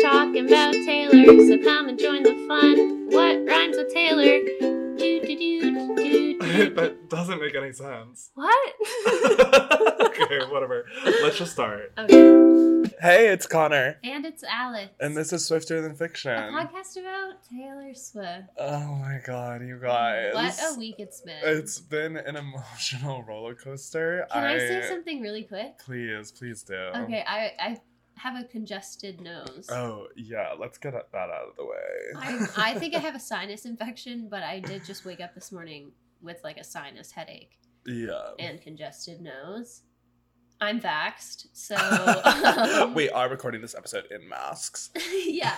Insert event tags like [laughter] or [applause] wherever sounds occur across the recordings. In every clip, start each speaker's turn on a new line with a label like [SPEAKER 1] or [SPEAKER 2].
[SPEAKER 1] talking about Taylor, so come and join the fun. What rhymes with Taylor? Do do do do do. do.
[SPEAKER 2] [laughs] that doesn't make
[SPEAKER 1] [laughs]
[SPEAKER 2] any sense.
[SPEAKER 1] What?
[SPEAKER 2] okay, whatever. Let's just start.
[SPEAKER 1] okay.
[SPEAKER 2] Hey, it's Connor,
[SPEAKER 1] And it's Alex.
[SPEAKER 2] and this is Swifter Than Fiction.
[SPEAKER 1] a podcast about Taylor Swift.
[SPEAKER 2] Oh my god, you guys.
[SPEAKER 1] What a week it's been.
[SPEAKER 2] It's been an emotional [laughs] roller coaster.
[SPEAKER 1] Can I say something really quick?
[SPEAKER 2] Please, please do.
[SPEAKER 1] Okay, I I have a congested nose.
[SPEAKER 2] Oh, yeah, let's get that out of the way.
[SPEAKER 1] I, I think I have a sinus infection, but I did just wake up this morning with like a sinus headache
[SPEAKER 2] [laughs] Yeah.
[SPEAKER 1] and congested nose. I'm vaxxed,
[SPEAKER 2] [laughs]
[SPEAKER 1] so um,
[SPEAKER 2] we are recording this episode in masks.
[SPEAKER 1] [laughs] yeah,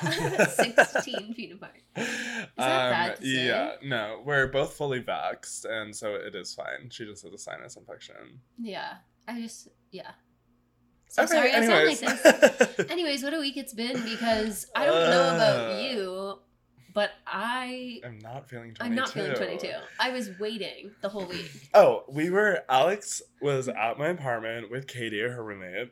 [SPEAKER 1] [laughs] sixteen feet apart.
[SPEAKER 2] um,
[SPEAKER 1] bad to say?
[SPEAKER 2] Yeah, no, we're both fully vaxxed, and so it is fine. She just has a sinus infection.
[SPEAKER 1] Yeah, I just yeah. So sorry, I sound like this. Anyways, what a week it's been because I don't know about
[SPEAKER 2] Uh.
[SPEAKER 1] you, but I
[SPEAKER 2] [laughs] I'm not feeling 22.
[SPEAKER 1] I'm not feeling 22. I was waiting the whole week.
[SPEAKER 2] Oh, we were. Alex was at my apartment with Katie, her roommate,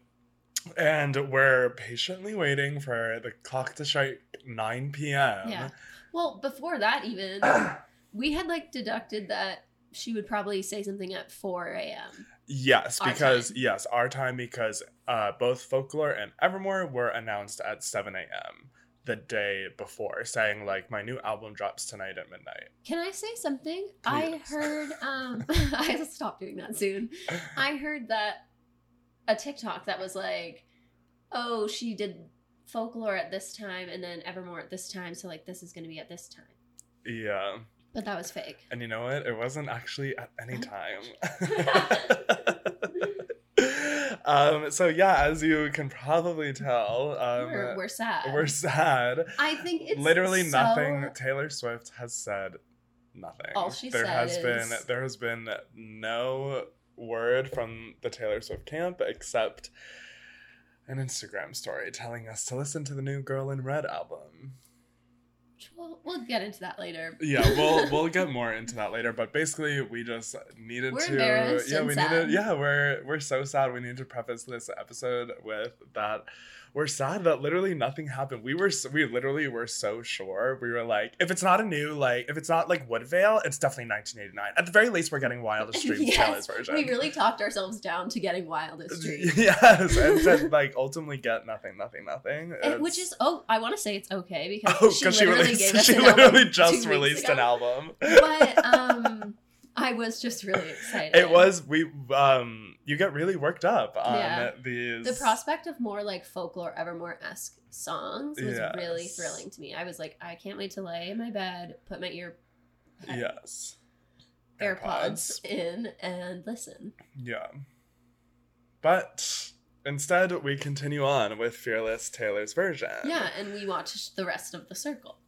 [SPEAKER 2] and we're patiently waiting for the clock to strike 9 p.m.
[SPEAKER 1] Yeah. Well, before that, even
[SPEAKER 2] [clears throat]
[SPEAKER 1] we had like deducted that she would probably say something at 4 a.m.
[SPEAKER 2] Yes,
[SPEAKER 1] Our
[SPEAKER 2] because
[SPEAKER 1] time.
[SPEAKER 2] yes, our time because uh, both Folklore and Evermore were announced at 7 a.m. the day before, saying like my new album drops tonight at midnight.
[SPEAKER 1] Can I say something? I
[SPEAKER 2] Please.
[SPEAKER 1] heard, um, [laughs] I will stop doing that soon. I heard that a TikTok that was like, oh, she did folklore at this time and then Evermore at this time. So, like, this is going to be at this time.
[SPEAKER 2] Yeah,
[SPEAKER 1] But that was fake.
[SPEAKER 2] and you know what? It wasn't actually at
[SPEAKER 1] Oh. [laughs]
[SPEAKER 2] any time. [laughs] um. So yeah, as you can probably tell, um,
[SPEAKER 1] we're,
[SPEAKER 2] we're,
[SPEAKER 1] we're sad.
[SPEAKER 2] sad.
[SPEAKER 1] I think it's
[SPEAKER 2] Literally
[SPEAKER 1] so-
[SPEAKER 2] nothing. Taylor Swift has said nothing.
[SPEAKER 1] All she
[SPEAKER 2] there
[SPEAKER 1] said
[SPEAKER 2] has been
[SPEAKER 1] is-
[SPEAKER 2] there has been no word from the Taylor Swift camp except an Instagram story telling us to listen to the new Girl in Red album.
[SPEAKER 1] We'll, we'll get into that later.
[SPEAKER 2] Yeah,
[SPEAKER 1] [laughs]
[SPEAKER 2] we'll we'll get more into that later, but basically we just needed
[SPEAKER 1] We're
[SPEAKER 2] to
[SPEAKER 1] embarrassed
[SPEAKER 2] yeah,
[SPEAKER 1] and
[SPEAKER 2] we
[SPEAKER 1] sad.
[SPEAKER 2] needed yeah, we're we're so sad we need to preface this episode with that we're sad that literally nothing happened. We were so, we literally were so sure. We were like if it's not a new like if it's not like Woodvale, it's definitely 1989. At the very least we're
[SPEAKER 1] [laughs]
[SPEAKER 2] getting Wildest Dreams
[SPEAKER 1] Yes,
[SPEAKER 2] Taylor's version.
[SPEAKER 1] We
[SPEAKER 2] [laughs]
[SPEAKER 1] really talked ourselves down to getting wildest dreams.
[SPEAKER 2] Yes,
[SPEAKER 1] [laughs]
[SPEAKER 2] and said like ultimately get nothing, nothing, nothing.
[SPEAKER 1] And, which
[SPEAKER 2] It's-
[SPEAKER 1] is oh, I want to say it's okay because
[SPEAKER 2] Oh,
[SPEAKER 1] she
[SPEAKER 2] because she,
[SPEAKER 1] literally
[SPEAKER 2] released, [laughs]
[SPEAKER 1] gave us
[SPEAKER 2] she
[SPEAKER 1] an
[SPEAKER 2] literally
[SPEAKER 1] album two
[SPEAKER 2] just
[SPEAKER 1] weeks
[SPEAKER 2] released an
[SPEAKER 1] ago.
[SPEAKER 2] album.
[SPEAKER 1] But um, I was just really excited.
[SPEAKER 2] It was we um you get really worked up on
[SPEAKER 1] Yeah.
[SPEAKER 2] these
[SPEAKER 1] the prospect of more like folklore evermore esque songs was
[SPEAKER 2] Yes.
[SPEAKER 1] really thrilling to me. I was like, I can't wait to lay in my bed, put my ear uh,
[SPEAKER 2] Yes.
[SPEAKER 1] AirPods in, and listen.
[SPEAKER 2] Yeah. But instead we continue on with Fearless Taylor's version.
[SPEAKER 1] Yeah, and we watched the rest of the circle.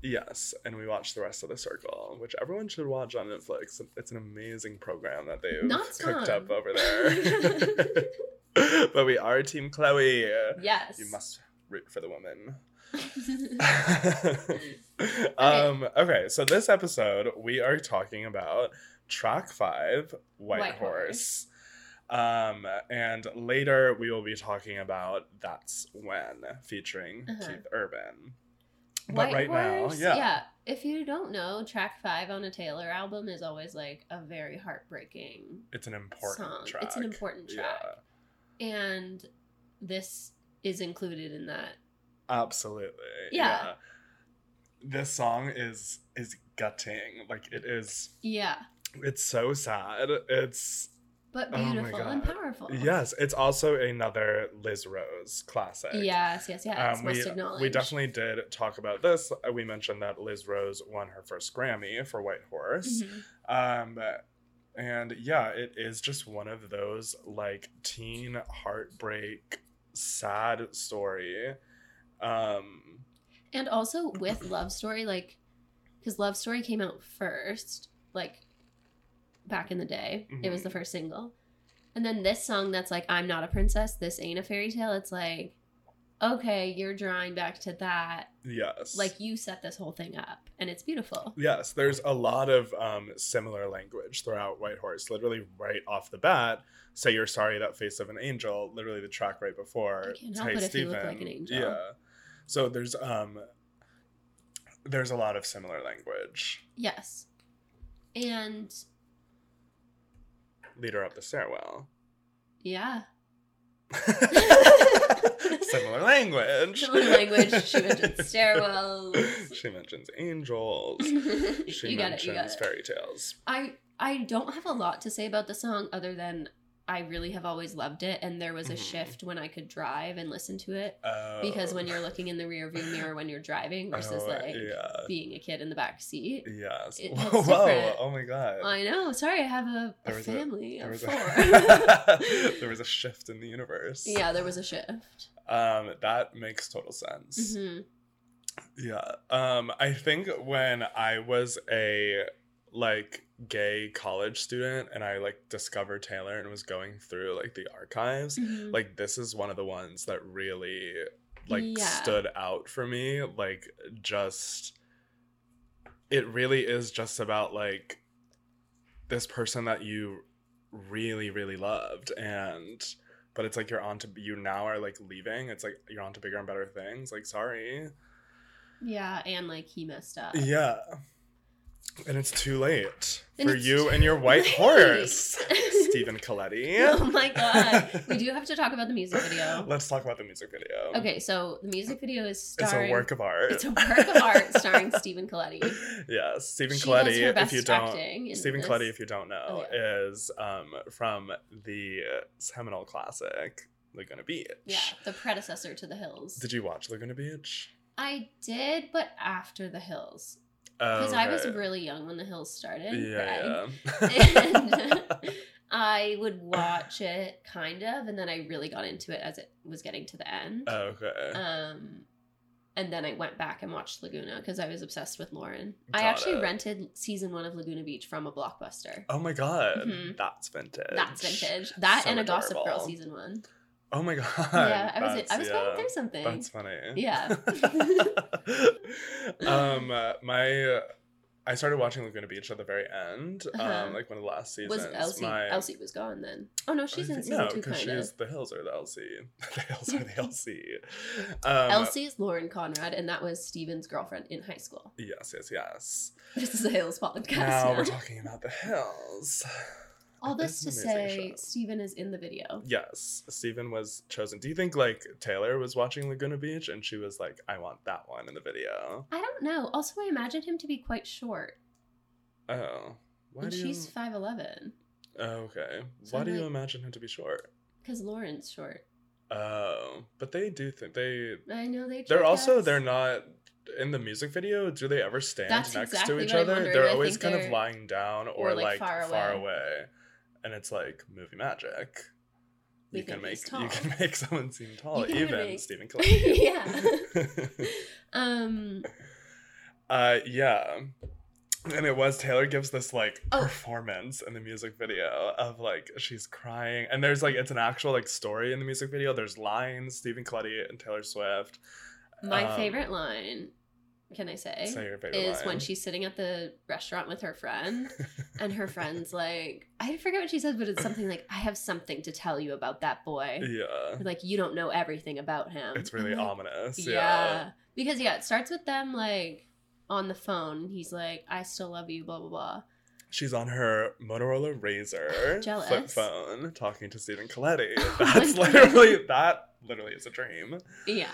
[SPEAKER 2] Yes, and we watch the rest of the circle, which everyone should watch on Netflix. It's an amazing program that they've
[SPEAKER 1] Not
[SPEAKER 2] cooked
[SPEAKER 1] Tom.
[SPEAKER 2] up over
[SPEAKER 1] [laughs]
[SPEAKER 2] there. [laughs] but we are Team Chloe.
[SPEAKER 1] Yes.
[SPEAKER 2] You must root for the woman. [laughs]
[SPEAKER 1] [laughs]
[SPEAKER 2] um okay so this episode we are talking about track five white,
[SPEAKER 1] White
[SPEAKER 2] horse. um and later we will be talking about that's when featuring
[SPEAKER 1] Uh-huh.
[SPEAKER 2] keith urban
[SPEAKER 1] White
[SPEAKER 2] but right
[SPEAKER 1] Horse,
[SPEAKER 2] now yeah,
[SPEAKER 1] If you don't know, track five on a Taylor album is always like a very heartbreaking
[SPEAKER 2] it's an important
[SPEAKER 1] song.
[SPEAKER 2] track
[SPEAKER 1] It's an important track. And this is included in that.
[SPEAKER 2] absolutely
[SPEAKER 1] Yeah.
[SPEAKER 2] this song is is gutting like it is
[SPEAKER 1] Yeah.
[SPEAKER 2] it's so sad it's
[SPEAKER 1] But
[SPEAKER 2] Oh my
[SPEAKER 1] beautiful and
[SPEAKER 2] God.
[SPEAKER 1] powerful.
[SPEAKER 2] Yes, it's also another Liz Rose classic.
[SPEAKER 1] Yes, yes, yes.
[SPEAKER 2] Um,
[SPEAKER 1] must
[SPEAKER 2] we,
[SPEAKER 1] acknowledge. [laughs]
[SPEAKER 2] we definitely did talk about this. Uh, We mentioned that Liz Rose won her first Grammy for White Horse.
[SPEAKER 1] Mhm.
[SPEAKER 2] Um, and yeah, it is just one of those like teen heartbreak, sad story. Um,
[SPEAKER 1] And also with Love Story, like, because Love Story came out first, like, back in the day. It was
[SPEAKER 2] Mhm.
[SPEAKER 1] the first single. And then this song that's like, I'm not a princess, this ain't a fairy tale. It's like, okay, you're drawing back to that.
[SPEAKER 2] yes.
[SPEAKER 1] Like, you set this whole thing up, and it's beautiful.
[SPEAKER 2] Yes, there's a lot of um, similar language throughout White Horse. Literally, right off the bat, say you're sorry that face of an angel. Literally, the track right before.
[SPEAKER 1] I can't help it if you look like an angel.
[SPEAKER 2] Yeah. So there's um there's a lot of similar language.
[SPEAKER 1] Yes. And
[SPEAKER 2] Lead her up
[SPEAKER 1] [laughs]
[SPEAKER 2] the stairwell.
[SPEAKER 1] yeah,
[SPEAKER 2] similar language.
[SPEAKER 1] similar language. She mentioned [laughs]
[SPEAKER 2] [laughs]
[SPEAKER 1] stairwells.
[SPEAKER 2] She mentions angels. She
[SPEAKER 1] [laughs] you got it.
[SPEAKER 2] mentions
[SPEAKER 1] You got it.
[SPEAKER 2] fairy tales.
[SPEAKER 1] I I don't have a lot to say about the song other than I really have always loved it, and there was a
[SPEAKER 2] Mhm.
[SPEAKER 1] shift when I could drive and listen to it
[SPEAKER 2] Oh.
[SPEAKER 1] because when you're looking in the rearview mirror when you're
[SPEAKER 2] [laughs]
[SPEAKER 1] driving versus
[SPEAKER 2] Oh,
[SPEAKER 1] like
[SPEAKER 2] yeah.
[SPEAKER 1] being a kid in the back seat.
[SPEAKER 2] Yes. [laughs]
[SPEAKER 1] It
[SPEAKER 2] Whoa,
[SPEAKER 1] hits different.
[SPEAKER 2] Oh my god.
[SPEAKER 1] I know. Sorry, I have a, a
[SPEAKER 2] There was a-
[SPEAKER 1] family
[SPEAKER 2] there
[SPEAKER 1] of
[SPEAKER 2] was,
[SPEAKER 1] four.
[SPEAKER 2] a, [laughs] there was a shift in the universe.
[SPEAKER 1] [laughs] yeah, there was a shift.
[SPEAKER 2] Um, that makes total sense.
[SPEAKER 1] Mhm.
[SPEAKER 2] Yeah. Um, I think when I was a like gay college student and I like discovered Taylor and was going through like the archives,
[SPEAKER 1] Mhm.
[SPEAKER 2] like this is one of the ones that really like
[SPEAKER 1] Yeah.
[SPEAKER 2] stood out for me. Like just it really is just about like this person that you really, really loved and but it's like you're on to you now are like leaving. It's like you're on to bigger and better things. Like sorry.
[SPEAKER 1] Yeah, and like he messed up. [laughs]
[SPEAKER 2] Yeah. And it's too late
[SPEAKER 1] And
[SPEAKER 2] for
[SPEAKER 1] it's
[SPEAKER 2] you
[SPEAKER 1] too
[SPEAKER 2] and your white
[SPEAKER 1] late.
[SPEAKER 2] horse,
[SPEAKER 1] [laughs]
[SPEAKER 2] Stephen Coletti.
[SPEAKER 1] Oh
[SPEAKER 2] [laughs]
[SPEAKER 1] my god. we do have to talk about the music video.
[SPEAKER 2] Let's talk about the music video.
[SPEAKER 1] Okay, so the music video is
[SPEAKER 2] It's
[SPEAKER 1] starring
[SPEAKER 2] a work of art.
[SPEAKER 1] It's a work of art starring Stephen Coletti. [laughs]
[SPEAKER 2] yes, Stephen
[SPEAKER 1] She
[SPEAKER 2] Coletti.
[SPEAKER 1] does her
[SPEAKER 2] If
[SPEAKER 1] best
[SPEAKER 2] you don't,
[SPEAKER 1] acting in
[SPEAKER 2] Stephen
[SPEAKER 1] this.
[SPEAKER 2] Coletti, if you don't know,
[SPEAKER 1] Oh,
[SPEAKER 2] is um from the seminal classic Laguna Beach.
[SPEAKER 1] Yeah, the predecessor to The Hills.
[SPEAKER 2] Did you watch Laguna Beach?
[SPEAKER 1] I did, but after The Hills.
[SPEAKER 2] Because
[SPEAKER 1] Because I was really young when The Hills started. Greg.
[SPEAKER 2] Oh, yeah.
[SPEAKER 1] [laughs]
[SPEAKER 2] [laughs]
[SPEAKER 1] And
[SPEAKER 2] yeah.
[SPEAKER 1] I would watch it kind of, and then I really got into it as it was getting to the
[SPEAKER 2] Oh,
[SPEAKER 1] end.
[SPEAKER 2] [laughs] okay.
[SPEAKER 1] [laughs] Um, and then I went back and watched Laguna because I was obsessed with Lauren. I
[SPEAKER 2] Got
[SPEAKER 1] actually
[SPEAKER 2] it.
[SPEAKER 1] rented season one of Laguna Beach from a blockbuster.
[SPEAKER 2] oh my god,
[SPEAKER 1] mhm.
[SPEAKER 2] that's vintage.
[SPEAKER 1] That's vintage. That
[SPEAKER 2] So
[SPEAKER 1] and a Gossip Girl
[SPEAKER 2] adorable.
[SPEAKER 1] season
[SPEAKER 2] [laughs]
[SPEAKER 1] one.
[SPEAKER 2] Oh my god.
[SPEAKER 1] yeah, I was
[SPEAKER 2] that's-
[SPEAKER 1] I was going
[SPEAKER 2] yeah.
[SPEAKER 1] through something.
[SPEAKER 2] That's funny.
[SPEAKER 1] Yeah.
[SPEAKER 2] [laughs] um, uh, my, I started watching Laguna Beach at the very end,
[SPEAKER 1] Uh-huh.
[SPEAKER 2] um, like one of the last seasons.
[SPEAKER 1] was Elsie?
[SPEAKER 2] My,
[SPEAKER 1] Elsie was gone then. Oh no, she's
[SPEAKER 2] I
[SPEAKER 1] in
[SPEAKER 2] think-
[SPEAKER 1] season
[SPEAKER 2] no,
[SPEAKER 1] two,
[SPEAKER 2] 'cause
[SPEAKER 1] kind
[SPEAKER 2] she's
[SPEAKER 1] of.
[SPEAKER 2] the Hills are the LC. [laughs] The Hills are the
[SPEAKER 1] [laughs]
[SPEAKER 2] LC. Um,
[SPEAKER 1] Elsie is Lauren Conrad, and that was Steven's girlfriend in high school. [laughs]
[SPEAKER 2] Yes, yes, yes.
[SPEAKER 1] This is a Hills podcast. [laughs]
[SPEAKER 2] now
[SPEAKER 1] now.
[SPEAKER 2] we're talking about the Hills.
[SPEAKER 1] All
[SPEAKER 2] It
[SPEAKER 1] this to
[SPEAKER 2] is an amazing
[SPEAKER 1] say,
[SPEAKER 2] show.
[SPEAKER 1] Steven is in the video.
[SPEAKER 2] Yes, Stephen was chosen. Do you think like Taylor was watching Laguna Beach and she was like, "I want that one in the video"?
[SPEAKER 1] I don't know. Also, I imagine him to be quite short,
[SPEAKER 2] Oh, why
[SPEAKER 1] and
[SPEAKER 2] do
[SPEAKER 1] she's
[SPEAKER 2] you?
[SPEAKER 1] five eleven
[SPEAKER 2] Oh, okay.
[SPEAKER 1] So
[SPEAKER 2] why
[SPEAKER 1] I'm
[SPEAKER 2] do you
[SPEAKER 1] like-
[SPEAKER 2] imagine him to be short?
[SPEAKER 1] because Lauren's short.
[SPEAKER 2] Oh, but they do think they
[SPEAKER 1] I know they.
[SPEAKER 2] they're
[SPEAKER 1] trick
[SPEAKER 2] also
[SPEAKER 1] us.
[SPEAKER 2] [laughs] they're not in the music video. Do they ever stand
[SPEAKER 1] That's
[SPEAKER 2] next
[SPEAKER 1] exactly
[SPEAKER 2] to each
[SPEAKER 1] what I'm
[SPEAKER 2] other?
[SPEAKER 1] wondering.
[SPEAKER 2] They're
[SPEAKER 1] I
[SPEAKER 2] always
[SPEAKER 1] think
[SPEAKER 2] kind
[SPEAKER 1] they're-
[SPEAKER 2] of lying down or, like, far, away. and it's like movie magic.
[SPEAKER 1] We
[SPEAKER 2] you can
[SPEAKER 1] think
[SPEAKER 2] make
[SPEAKER 1] he's
[SPEAKER 2] you
[SPEAKER 1] tall.
[SPEAKER 2] can [laughs] make someone seem tall,
[SPEAKER 1] can
[SPEAKER 2] even
[SPEAKER 1] make- [laughs]
[SPEAKER 2] Stephen Colette. [laughs]
[SPEAKER 1] Yeah. [laughs] Um.
[SPEAKER 2] uh, yeah. And it was Taylor gives this like
[SPEAKER 1] Oh.
[SPEAKER 2] performance in the music video of like she's crying, and there's like it's an actual like story in the music video. There's lines, Stephen Colette and Taylor Swift.
[SPEAKER 1] My
[SPEAKER 2] Um,
[SPEAKER 1] favorite line, can I say,
[SPEAKER 2] Say your favorite
[SPEAKER 1] is
[SPEAKER 2] line.
[SPEAKER 1] when she's sitting at the restaurant with her
[SPEAKER 2] [laughs]
[SPEAKER 1] friend, and her friend's like, I forget what she says, but it's something like, I have something to tell you about that boy.
[SPEAKER 2] yeah,
[SPEAKER 1] Like, you don't know everything about him.
[SPEAKER 2] it's really
[SPEAKER 1] I'm like,
[SPEAKER 2] ominous.
[SPEAKER 1] mm-hmm. Yeah.
[SPEAKER 2] Yeah.
[SPEAKER 1] Because, yeah, it starts with them, like, on the phone. and He's like, I still love you, blah, blah, blah.
[SPEAKER 2] she's on her Motorola Razor flip
[SPEAKER 1] [laughs] Jealous.
[SPEAKER 2] phone talking to Stephen Coletti.
[SPEAKER 1] [laughs] Oh my
[SPEAKER 2] That's
[SPEAKER 1] God.
[SPEAKER 2] literally that. Literally, is a dream.
[SPEAKER 1] Yeah.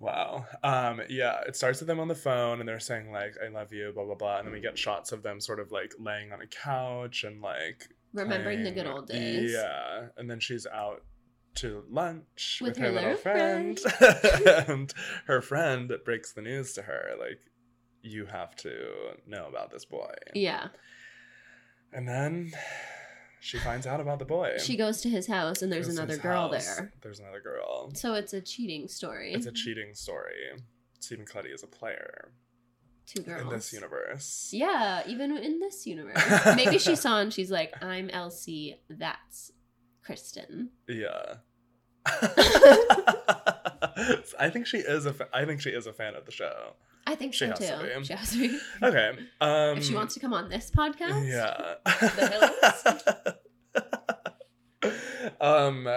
[SPEAKER 2] Wow. Um, yeah, it starts with them on the phone and they're saying like I love you, blah blah blah. And then we get shots of them sort of like laying on a couch and like
[SPEAKER 1] Remembering the
[SPEAKER 2] playing-
[SPEAKER 1] good old days.
[SPEAKER 2] Yeah. And then she's out to lunch
[SPEAKER 1] With
[SPEAKER 2] with, her,
[SPEAKER 1] her
[SPEAKER 2] little
[SPEAKER 1] little
[SPEAKER 2] friend. [laughs] and her friend breaks the news to her, like, you have to know about this boy.
[SPEAKER 1] Yeah.
[SPEAKER 2] And then she finds out about the boy.
[SPEAKER 1] She goes to his house, and there's
[SPEAKER 2] Goes to
[SPEAKER 1] another
[SPEAKER 2] his
[SPEAKER 1] girl
[SPEAKER 2] house.
[SPEAKER 1] there.
[SPEAKER 2] There's another girl.
[SPEAKER 1] So it's a cheating story.
[SPEAKER 2] It's a cheating story. Stephen Cuddy is a player
[SPEAKER 1] Two girls.
[SPEAKER 2] in this universe.
[SPEAKER 1] Yeah, even in this universe.
[SPEAKER 2] [laughs]
[SPEAKER 1] Maybe she saw and she's like, I'm Elsie, that's Kristen.
[SPEAKER 2] Yeah. [laughs] I think she is a. Fa- I think she is a fan of the show.
[SPEAKER 1] I think so
[SPEAKER 2] She has to
[SPEAKER 1] too.
[SPEAKER 2] be.
[SPEAKER 1] She has to be.
[SPEAKER 2] [laughs] Okay. Um,
[SPEAKER 1] if she wants to come on this podcast,
[SPEAKER 2] Yeah.
[SPEAKER 1] The
[SPEAKER 2] [laughs] um,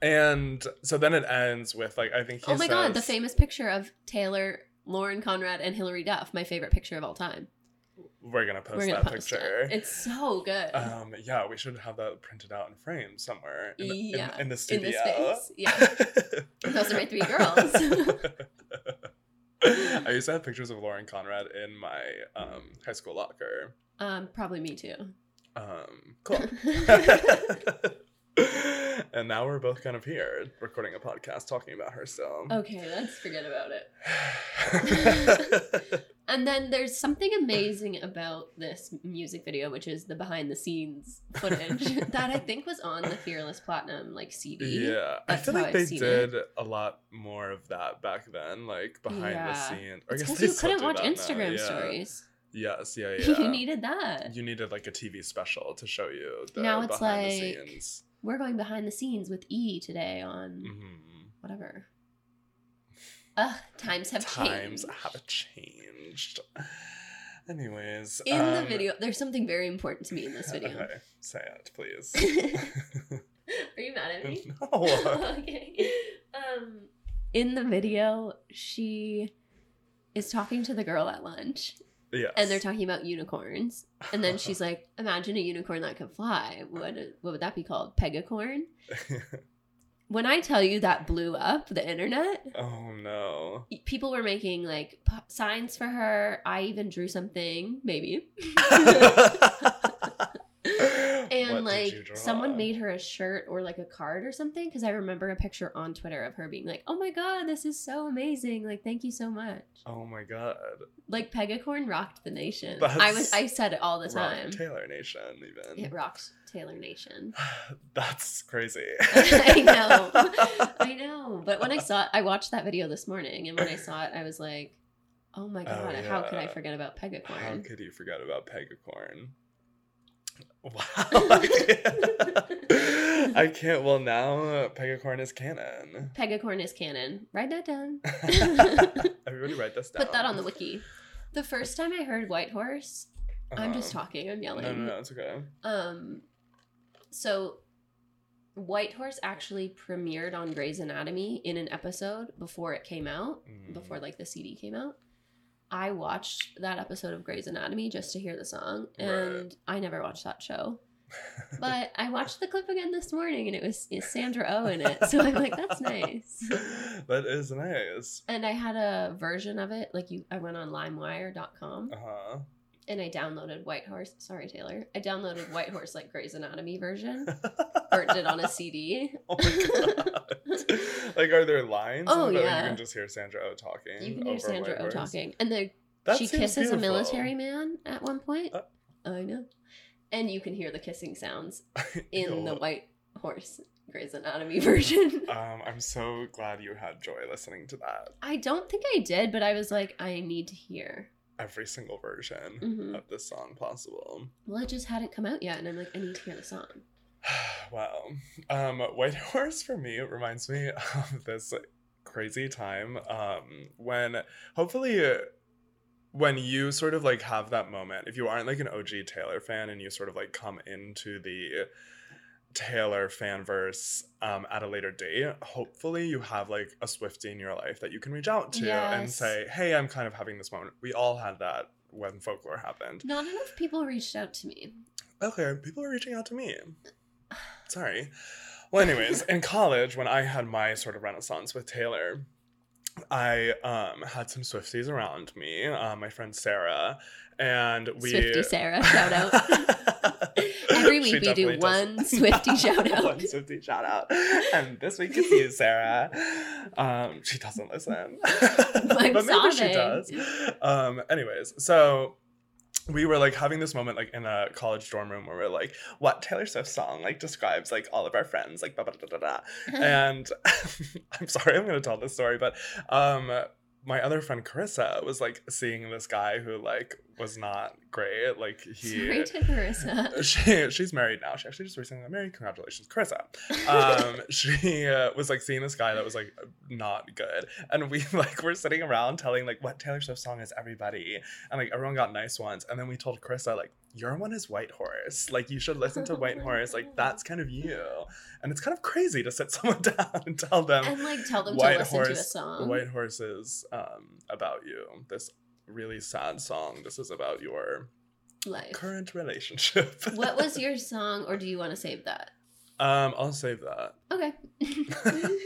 [SPEAKER 2] And so then it ends with like I think he
[SPEAKER 1] oh my god, the
[SPEAKER 2] says-
[SPEAKER 1] famous picture of Taylor, Lauren Conrad, and Hilary Duff, my favorite picture of all time.
[SPEAKER 2] We're gonna post
[SPEAKER 1] We're gonna
[SPEAKER 2] that
[SPEAKER 1] post
[SPEAKER 2] picture.
[SPEAKER 1] it. It's so good.
[SPEAKER 2] Um, yeah, we should have that printed out and framed somewhere in the, in-
[SPEAKER 1] Yeah,
[SPEAKER 2] in, the
[SPEAKER 1] in
[SPEAKER 2] studio.
[SPEAKER 1] this space.
[SPEAKER 2] [laughs]
[SPEAKER 1] Yeah. Those are my three girls.
[SPEAKER 2] I used to have pictures of Lauren Conrad in my um, high school locker.
[SPEAKER 1] Um, probably me too.
[SPEAKER 2] [laughs]
[SPEAKER 1] [laughs]
[SPEAKER 2] Um, cool. [laughs] and now we're both kind of here recording a podcast talking about her still. [sighs]
[SPEAKER 1] [laughs] okay, let's forget about it. And then there's something amazing about this music video, which is the behind the scenes footage that I think was on the Fearless Platinum like CD.
[SPEAKER 2] yeah, I
[SPEAKER 1] That's
[SPEAKER 2] feel
[SPEAKER 1] how
[SPEAKER 2] like
[SPEAKER 1] I've
[SPEAKER 2] they
[SPEAKER 1] seen
[SPEAKER 2] did a lot more of that back then, like behind the
[SPEAKER 1] Yeah.
[SPEAKER 2] scenes. Or I guess
[SPEAKER 1] Because
[SPEAKER 2] they
[SPEAKER 1] you
[SPEAKER 2] still
[SPEAKER 1] couldn't
[SPEAKER 2] do
[SPEAKER 1] watch
[SPEAKER 2] that now,
[SPEAKER 1] Instagram
[SPEAKER 2] yeah.
[SPEAKER 1] stories.
[SPEAKER 2] Yes, yeah, yeah.
[SPEAKER 1] [laughs] you needed that.
[SPEAKER 2] you needed like a TV special to show you the
[SPEAKER 1] Now it's
[SPEAKER 2] behind the
[SPEAKER 1] like-
[SPEAKER 2] scenes.
[SPEAKER 1] We're going behind the scenes with E today on
[SPEAKER 2] Mhm.
[SPEAKER 1] whatever. Ugh, times have
[SPEAKER 2] Times
[SPEAKER 1] changed.
[SPEAKER 2] have changed. Anyways,
[SPEAKER 1] In the
[SPEAKER 2] um,
[SPEAKER 1] video, there's something very important to me in this
[SPEAKER 2] [laughs]
[SPEAKER 1] video. [laughs]
[SPEAKER 2] Okay, say it, please. [laughs]
[SPEAKER 1] Are you mad at me?
[SPEAKER 2] no.
[SPEAKER 1] [laughs] okay. Um, in the video, she is talking to the girl at lunch,
[SPEAKER 2] Yes. Uh-huh.
[SPEAKER 1] and they're talking about unicorns. And then she's like, "Imagine a unicorn that could fly. What what would that be called? Pegacorn." When I tell you that blew up the internet,
[SPEAKER 2] [laughs] oh
[SPEAKER 1] [laughs]
[SPEAKER 2] no.
[SPEAKER 1] people were making like p- signs for her. I even drew something, maybe.
[SPEAKER 2] What
[SPEAKER 1] and
[SPEAKER 2] did
[SPEAKER 1] like
[SPEAKER 2] you draw?
[SPEAKER 1] someone made her a shirt or like a card or something because I remember a picture on Twitter of her being like, "Oh my god, this is so amazing! Like, thank you so much."
[SPEAKER 2] Oh my god.
[SPEAKER 1] Like Pegacorn rocked the nation. I
[SPEAKER 2] That's
[SPEAKER 1] was I said it all the
[SPEAKER 2] Rock
[SPEAKER 1] time.
[SPEAKER 2] Taylor Nation, even.
[SPEAKER 1] it rocked Taylor Nation.
[SPEAKER 2] [sighs]
[SPEAKER 1] [laughs]
[SPEAKER 2] That's crazy.
[SPEAKER 1] I
[SPEAKER 2] [laughs]
[SPEAKER 1] know. [laughs] I know. But when I saw it, I watched that video this morning, and when I saw it, I was like, "Oh my
[SPEAKER 2] Oh,
[SPEAKER 1] god, how could I
[SPEAKER 2] yeah.
[SPEAKER 1] forget about
[SPEAKER 2] How
[SPEAKER 1] Pegacorn?"
[SPEAKER 2] could you forget
[SPEAKER 1] [laughs]
[SPEAKER 2] about Pegacorn? Wow. I can't, I can't- Well, now Pegacorn is
[SPEAKER 1] [laughs]
[SPEAKER 2] canon.
[SPEAKER 1] Pegacorn is canon. Write that
[SPEAKER 2] [laughs]
[SPEAKER 1] down. [laughs]
[SPEAKER 2] Everybody write this down.
[SPEAKER 1] Put that on the wiki. The first time I heard White Horse, I'm just
[SPEAKER 2] Uh-huh.
[SPEAKER 1] talking, I'm yelling.
[SPEAKER 2] No, no, no, it's okay.
[SPEAKER 1] Um so White Horse actually premiered on Grey's Anatomy in an episode before it came out,
[SPEAKER 2] Mm-hmm. Mm. [laughs]
[SPEAKER 1] before like the CD came out. I watched that episode of Grey's Anatomy just to hear the song,
[SPEAKER 2] Right.
[SPEAKER 1] and I never watched that show. But I watched the clip again this morning, and it was is Sandra O in it, so I'm like, that's nice.
[SPEAKER 2] that is nice.
[SPEAKER 1] And I had a version of it, like you. I went on LimeWire.com,
[SPEAKER 2] Uh huh.
[SPEAKER 1] and I downloaded White Horse. Sorry, Taylor. I downloaded White Horse like Grey's Anatomy version, burnt it on a
[SPEAKER 2] [laughs]
[SPEAKER 1] CD.
[SPEAKER 2] [laughs] oh my god. like, are there lines?
[SPEAKER 1] Oh,
[SPEAKER 2] in it, or
[SPEAKER 1] yeah.
[SPEAKER 2] You can just hear Sandra O talking.
[SPEAKER 1] You can hear
[SPEAKER 2] over
[SPEAKER 1] Sandra
[SPEAKER 2] White
[SPEAKER 1] O
[SPEAKER 2] Horse?
[SPEAKER 1] talking, and the,
[SPEAKER 2] That
[SPEAKER 1] she
[SPEAKER 2] seems
[SPEAKER 1] kisses a
[SPEAKER 2] beautiful.
[SPEAKER 1] military man at one point.
[SPEAKER 2] Uh.
[SPEAKER 1] I know, and you can hear the kissing sounds in the
[SPEAKER 2] Ew.
[SPEAKER 1] White Horse Grey's Anatomy [laughs] version.
[SPEAKER 2] Um, I'm so glad you had joy listening to that.
[SPEAKER 1] I don't think I did, but I was like, I need to hear.
[SPEAKER 2] Every single version
[SPEAKER 1] Mhm.
[SPEAKER 2] of this song possible. [sighs]
[SPEAKER 1] Well, it just hadn't come out yet, and I'm like, I need to hear the song.
[SPEAKER 2] wow. Um, White [laughs] Horse for me reminds me of this crazy time um, when hopefully uh, when you sort of like have that moment, if you aren't like an OG Taylor fan and you sort of like come into the Taylor fanverse um, at a later date, hopefully you have like a Swifty in your life that you can reach out to and
[SPEAKER 1] Yes.
[SPEAKER 2] say, hey, I'm kind of having this moment. We all had that when folklore happened.
[SPEAKER 1] Not enough people reached out to me.
[SPEAKER 2] Okay, people are reaching out to me. Sorry. Well, anyways, in college, when I had my sort of renaissance with Taylor, I um, had some Swifties around me, uh, my friend Sarah, and we. uh,
[SPEAKER 1] Swifty Sarah, [laughs] shout
[SPEAKER 2] [laughs]
[SPEAKER 1] out. Every
[SPEAKER 2] She
[SPEAKER 1] week we
[SPEAKER 2] definitely
[SPEAKER 1] do
[SPEAKER 2] does-
[SPEAKER 1] one Swifty shout
[SPEAKER 2] [laughs] One
[SPEAKER 1] out.
[SPEAKER 2] Swifty shout out. And this week it's you, Sarah. Um, she doesn't listen. [laughs]
[SPEAKER 1] I'm
[SPEAKER 2] but maybe
[SPEAKER 1] sobbing.
[SPEAKER 2] she does. Um, anyways, so we were like having this moment like in a college dorm room where we're like, what Taylor Swift song like describes like all of our friends, like blah blah
[SPEAKER 1] [laughs]
[SPEAKER 2] blah blah blah. And [laughs] I'm sorry, I'm gonna tell this story, but um my other friend Carissa was like seeing this guy who like was not great. Like he
[SPEAKER 1] [laughs] Sorry to Carissa.
[SPEAKER 2] [laughs] she, she's married now. She actually just recently got married. Congratulations, Carissa. Um, she uh, was like seeing this guy that was like not good, and we [laughs] like were sitting around telling like what Taylor Swift song is everybody, and like everyone got nice ones, and then we told Carissa like your one is White Horse. Like you should listen
[SPEAKER 1] [laughs]
[SPEAKER 2] to White Horse. Like that's kind of you, and it's kind of crazy to sit [laughs] someone down and tell them
[SPEAKER 1] [laughs] and um like tell them
[SPEAKER 2] White
[SPEAKER 1] to listen to a
[SPEAKER 2] Horse-
[SPEAKER 1] song.
[SPEAKER 2] White Horse is um, about you. This really sad song. This is about your
[SPEAKER 1] Life.
[SPEAKER 2] current relationship.
[SPEAKER 1] what was your song, or do you want to save that?
[SPEAKER 2] [laughs] Um, I'll save that.
[SPEAKER 1] Okay.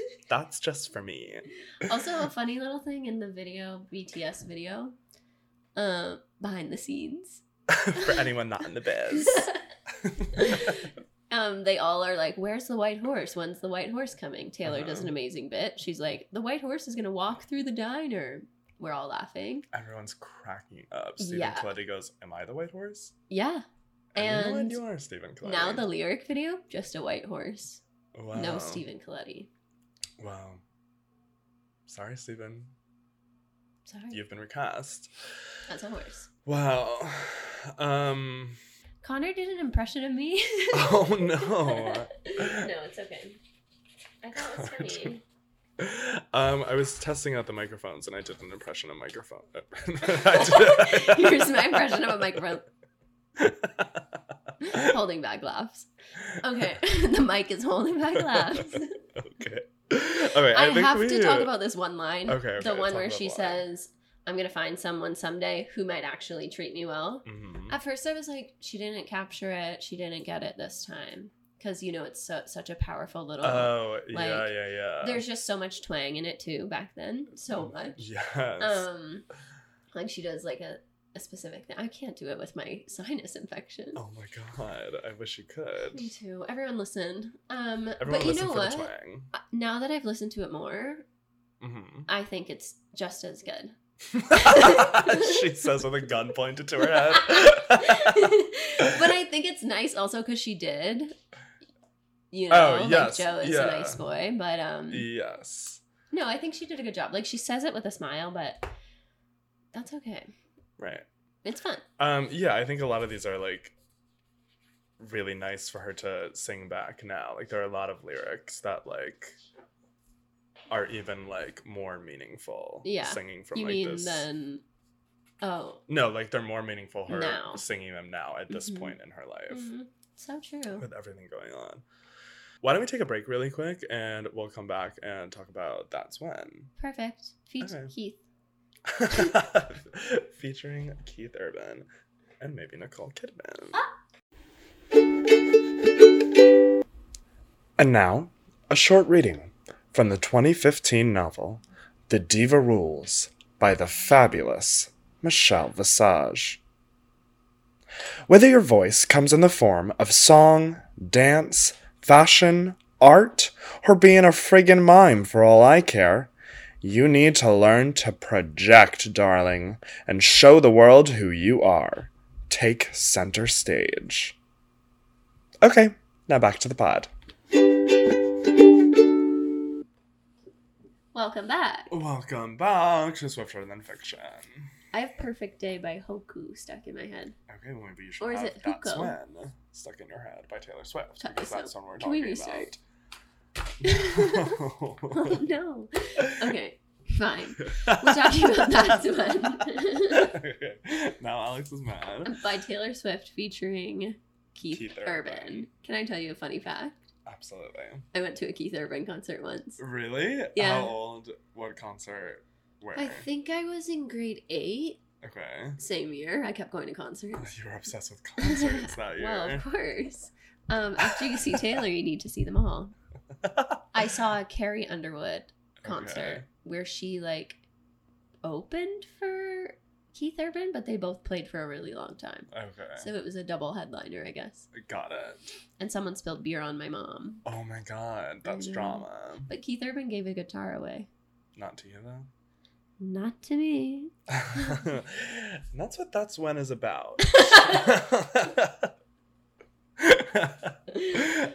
[SPEAKER 2] [laughs] That's just for me. [laughs]
[SPEAKER 1] also, a funny little thing in the video, BTS video, um, behind the scenes.
[SPEAKER 2] for anyone not in
[SPEAKER 1] [laughs]
[SPEAKER 2] the biz.
[SPEAKER 1] um, they all are like, "Where's the white horse? When's the white horse coming?" Taylor does
[SPEAKER 2] Uh-huh.
[SPEAKER 1] an amazing bit. She's like, "The white horse is gonna walk through the diner." We're all laughing.
[SPEAKER 2] Everyone's cracking up. Stephen
[SPEAKER 1] Yeah.
[SPEAKER 2] Colletti goes, "Am I the white horse?"
[SPEAKER 1] Yeah.
[SPEAKER 2] you know what?
[SPEAKER 1] And
[SPEAKER 2] you are Stephen Colletti.
[SPEAKER 1] now the lyric video, just a white horse.
[SPEAKER 2] wow.
[SPEAKER 1] No Stephen Coletti.
[SPEAKER 2] Wow. Sorry, Stephen.
[SPEAKER 1] Sorry.
[SPEAKER 2] You've been recast.
[SPEAKER 1] That's a horse.
[SPEAKER 2] Wow. Um. [laughs]
[SPEAKER 1] Connor did an impression of me. [laughs]
[SPEAKER 2] Oh
[SPEAKER 1] no,
[SPEAKER 2] no.
[SPEAKER 1] it's okay. I
[SPEAKER 2] [laughs]
[SPEAKER 1] thought it was funny.
[SPEAKER 2] Um, I was testing out the microphones and I did an impression of microphone.
[SPEAKER 1] [laughs]
[SPEAKER 2] uh, [laughs]
[SPEAKER 1] Here's my impression of a microphone holding back laughs. Okay, [laughs] the mic is holding back laughs.
[SPEAKER 2] [laughs] okay. Okay.
[SPEAKER 1] I,
[SPEAKER 2] I, think
[SPEAKER 1] have
[SPEAKER 2] we,
[SPEAKER 1] to talk about this one line.
[SPEAKER 2] Okay, okay,
[SPEAKER 1] the one
[SPEAKER 2] talk
[SPEAKER 1] where
[SPEAKER 2] about
[SPEAKER 1] she
[SPEAKER 2] why.
[SPEAKER 1] says, I'm going to find someone someday who might actually treat me well.
[SPEAKER 2] Mhm.
[SPEAKER 1] At first, I was like, she didn't capture it. She didn't get it this time. Because, you know, it's so, such a powerful little.
[SPEAKER 2] Oh
[SPEAKER 1] like,
[SPEAKER 2] yeah, yeah, yeah.
[SPEAKER 1] there's just so much twang in it, too, back then. So much.
[SPEAKER 2] Yes.
[SPEAKER 1] Um, Like, she does like a, a specific thing. I can't do it with my [laughs] sinus infection.
[SPEAKER 2] oh my god! I wish you could.
[SPEAKER 1] Me too. Everyone listen. Um,
[SPEAKER 2] Everyone
[SPEAKER 1] but you
[SPEAKER 2] listen
[SPEAKER 1] know
[SPEAKER 2] for
[SPEAKER 1] what?
[SPEAKER 2] the twang.
[SPEAKER 1] Uh, Now that I've listened to it more,
[SPEAKER 2] Mhm.
[SPEAKER 1] I think it's just as
[SPEAKER 2] [laughs]
[SPEAKER 1] good.
[SPEAKER 2] Mm-hmm.
[SPEAKER 1] [laughs]
[SPEAKER 2] she says with a gun pointed to her head.
[SPEAKER 1] [laughs] but I think it's nice also because she did. You
[SPEAKER 2] Oh,
[SPEAKER 1] know,
[SPEAKER 2] yes,
[SPEAKER 1] like Joe is
[SPEAKER 2] yeah.
[SPEAKER 1] a nice boy, but um,
[SPEAKER 2] yes.
[SPEAKER 1] no, I think she did a good job. Like she says it with a smile, but that's okay.
[SPEAKER 2] Right.
[SPEAKER 1] It's fun.
[SPEAKER 2] Um, yeah, I think a lot of these are like really nice for her to sing back now. Like there are a lot of lyrics that like are even like more meaningful.
[SPEAKER 1] Yeah.
[SPEAKER 2] Singing from
[SPEAKER 1] you
[SPEAKER 2] like
[SPEAKER 1] mean
[SPEAKER 2] this.
[SPEAKER 1] then? Oh,
[SPEAKER 2] No, like they're more meaningful her
[SPEAKER 1] Now.
[SPEAKER 2] singing them now at this
[SPEAKER 1] Mhm.
[SPEAKER 2] point in her life
[SPEAKER 1] mhm. so true.
[SPEAKER 2] with everything going on. Why don't we take a break really quick and we'll come back and talk about That's When.
[SPEAKER 1] Perfect. Feet
[SPEAKER 2] Okay.
[SPEAKER 1] Keith.
[SPEAKER 2] [laughs] Featuring Keith Urban and maybe Nicole Kidman. And now, a short reading from the 2015 novel The Diva Rules by the fabulous Michelle Visage. Whether your voice comes in the form of song, dance, fashion, art, or being a friggin' mime for all I care, you need to learn to project, darling, and show the world who you are. Take center stage. Okay, now back to the pod.
[SPEAKER 1] Welcome back.
[SPEAKER 2] Welcome back to Swifter Than Fiction.
[SPEAKER 1] I have "Perfect Day" by Hoku stuck in my head. [laughs]
[SPEAKER 2] Okay, well maybe you should
[SPEAKER 1] Or is
[SPEAKER 2] have
[SPEAKER 1] it
[SPEAKER 2] That's
[SPEAKER 1] Huko?
[SPEAKER 2] When Stuck in Your Head by Taylor Swift.
[SPEAKER 1] Ta-
[SPEAKER 2] Because
[SPEAKER 1] so-
[SPEAKER 2] that's the one we're
[SPEAKER 1] can we
[SPEAKER 2] talking
[SPEAKER 1] restart? Oh
[SPEAKER 2] about. [laughs]
[SPEAKER 1] no. Okay, fine. We're talking about That's
[SPEAKER 2] [laughs]
[SPEAKER 1] When.
[SPEAKER 2] okay. Now Alex is mad.
[SPEAKER 1] [laughs] by Taylor Swift featuring Keith,
[SPEAKER 2] Keith
[SPEAKER 1] Urban.
[SPEAKER 2] Urban.
[SPEAKER 1] Can I tell you a funny fact?
[SPEAKER 2] Absolutely.
[SPEAKER 1] I went to a Keith Urban concert once.
[SPEAKER 2] Really?
[SPEAKER 1] Yeah.
[SPEAKER 2] How old? What concert? Where?
[SPEAKER 1] I think I was in grade eight,
[SPEAKER 2] okay.
[SPEAKER 1] same year. I kept going to concerts.
[SPEAKER 2] You were
[SPEAKER 1] [laughs]
[SPEAKER 2] obsessed with concerts that
[SPEAKER 1] Well,
[SPEAKER 2] year.
[SPEAKER 1] of course. Um, after you see Taylor, you need to see them all.
[SPEAKER 2] [laughs]
[SPEAKER 1] I saw a Carrie Underwood concert
[SPEAKER 2] Okay.
[SPEAKER 1] where she like opened for Keith Urban, but they both played for a really long time.
[SPEAKER 2] Okay.
[SPEAKER 1] So it was a double headliner, I guess.
[SPEAKER 2] Got it.
[SPEAKER 1] And someone spilled beer on my mom.
[SPEAKER 2] Oh my god, that's
[SPEAKER 1] know.
[SPEAKER 2] drama.
[SPEAKER 1] But Keith Urban gave a guitar away.
[SPEAKER 2] Not to you though. [laughs]
[SPEAKER 1] Not to me.
[SPEAKER 2] and that's what that's when is about. [laughs]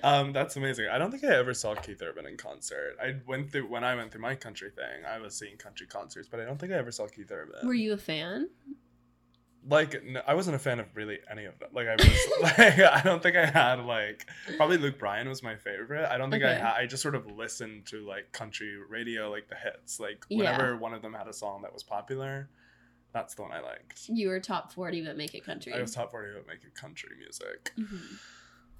[SPEAKER 2] um, that's amazing. I don't think I ever saw Keith Urban in concert. I went through when I went through my country thing. I was seeing country concerts, but I don't think I ever saw Keith Urban.
[SPEAKER 1] Were you a fan?
[SPEAKER 2] like n I wasn't a fan of really any of that. Like I
[SPEAKER 1] [laughs]
[SPEAKER 2] was like I don't think I had like probably Luke Bryan was my favorite. I don't think I
[SPEAKER 1] Okay.
[SPEAKER 2] had. I just sort of listened to like country radio, like the hits. Like
[SPEAKER 1] Yeah.
[SPEAKER 2] whenever one of them had a song that was popular, that's the one I liked.
[SPEAKER 1] You were top 40, but make it country.
[SPEAKER 2] I was top forty at making country music.
[SPEAKER 1] Mhm.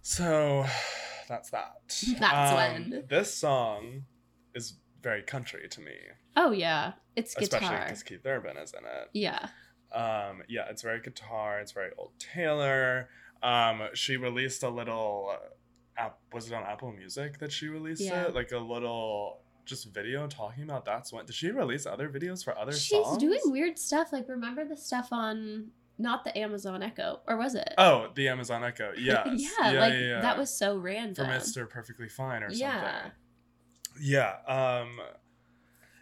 [SPEAKER 2] So [sighs] that's that. Um,
[SPEAKER 1] That's when.
[SPEAKER 2] this song is very country to me,
[SPEAKER 1] Oh, yeah. It's
[SPEAKER 2] especially
[SPEAKER 1] guitar.
[SPEAKER 2] because Keith Urban is in it.
[SPEAKER 1] Yeah.
[SPEAKER 2] Um, yeah, it's very guitar. It's very old Taylor. Um, she released a little. uh, App, was it on Apple Music that she released
[SPEAKER 1] Yeah.
[SPEAKER 2] it? Like a little just video talking about that's when. Did she release other videos for other
[SPEAKER 1] She's
[SPEAKER 2] songs?
[SPEAKER 1] doing weird stuff. Like, remember the stuff on not the Amazon Echo, or was it?
[SPEAKER 2] Oh, the Amazon Echo. Yes.
[SPEAKER 1] [laughs] yeah, like that was so random.
[SPEAKER 2] for Mr. Perfectly Fine or
[SPEAKER 1] Yeah.
[SPEAKER 2] something. Yeah. Um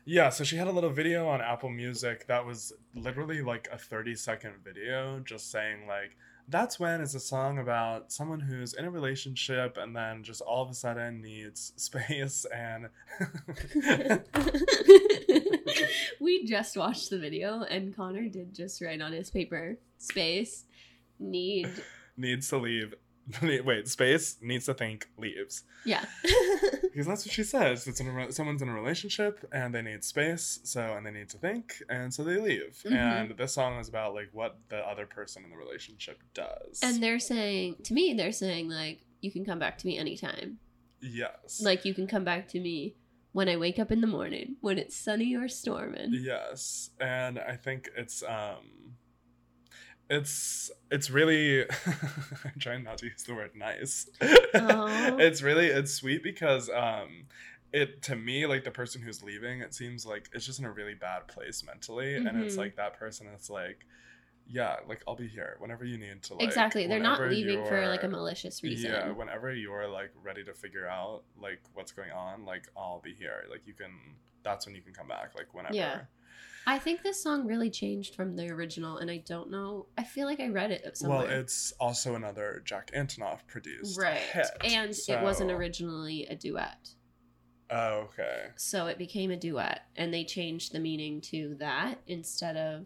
[SPEAKER 2] yeah, so she had a little video on Apple Music that was literally like a 30 second video just saying like that's when is a song about someone who's in a relationship and then just all of a sudden needs [laughs] space and [laughs]
[SPEAKER 1] [laughs] we just watched the video, and Connor did just write on his paper space need.
[SPEAKER 2] needs to leave. [laughs] Wait, space needs to think leaves. [laughs]
[SPEAKER 1] Yeah.
[SPEAKER 2] Because that's what she says. It's in a re- someone's in a relationship and they need space, so and they need to think, and so they leave.
[SPEAKER 1] Mhm.
[SPEAKER 2] And this song is about like what the other person in the relationship does.
[SPEAKER 1] and they're saying, to me, they're saying, like, you can come back to me anytime.
[SPEAKER 2] yes,
[SPEAKER 1] Like, you can come back to me when I wake up in the morning, when it's sunny or storming.
[SPEAKER 2] yes, and I think it's um, it's it's really. [laughs] I'm trying not to use the word nice.
[SPEAKER 1] Aw.
[SPEAKER 2] [laughs] it's really it's sweet because um. It to me like the person who's leaving, it seems like it's just in a really bad place mentally, and it's
[SPEAKER 1] Mhm.
[SPEAKER 2] like that person is like, yeah, like I'll be here whenever you need to. Like,
[SPEAKER 1] exactly. They're not
[SPEAKER 2] whenever
[SPEAKER 1] leaving for like a
[SPEAKER 2] you're-
[SPEAKER 1] malicious reason.
[SPEAKER 2] Yeah, whenever you're like ready to figure out like what's going on, like I'll be here. Like you can. That's when you can come back. Like whenever.
[SPEAKER 1] Yeah. I think this song really changed from the original, and I don't know. I feel like I read it somewhere.
[SPEAKER 2] Well, it's also another Jack Antonoff produced
[SPEAKER 1] right,
[SPEAKER 2] hit,
[SPEAKER 1] and it wasn't
[SPEAKER 2] so-
[SPEAKER 1] originally a duet,
[SPEAKER 2] Oh, okay.
[SPEAKER 1] so it became a duet, and they changed the meaning to that instead of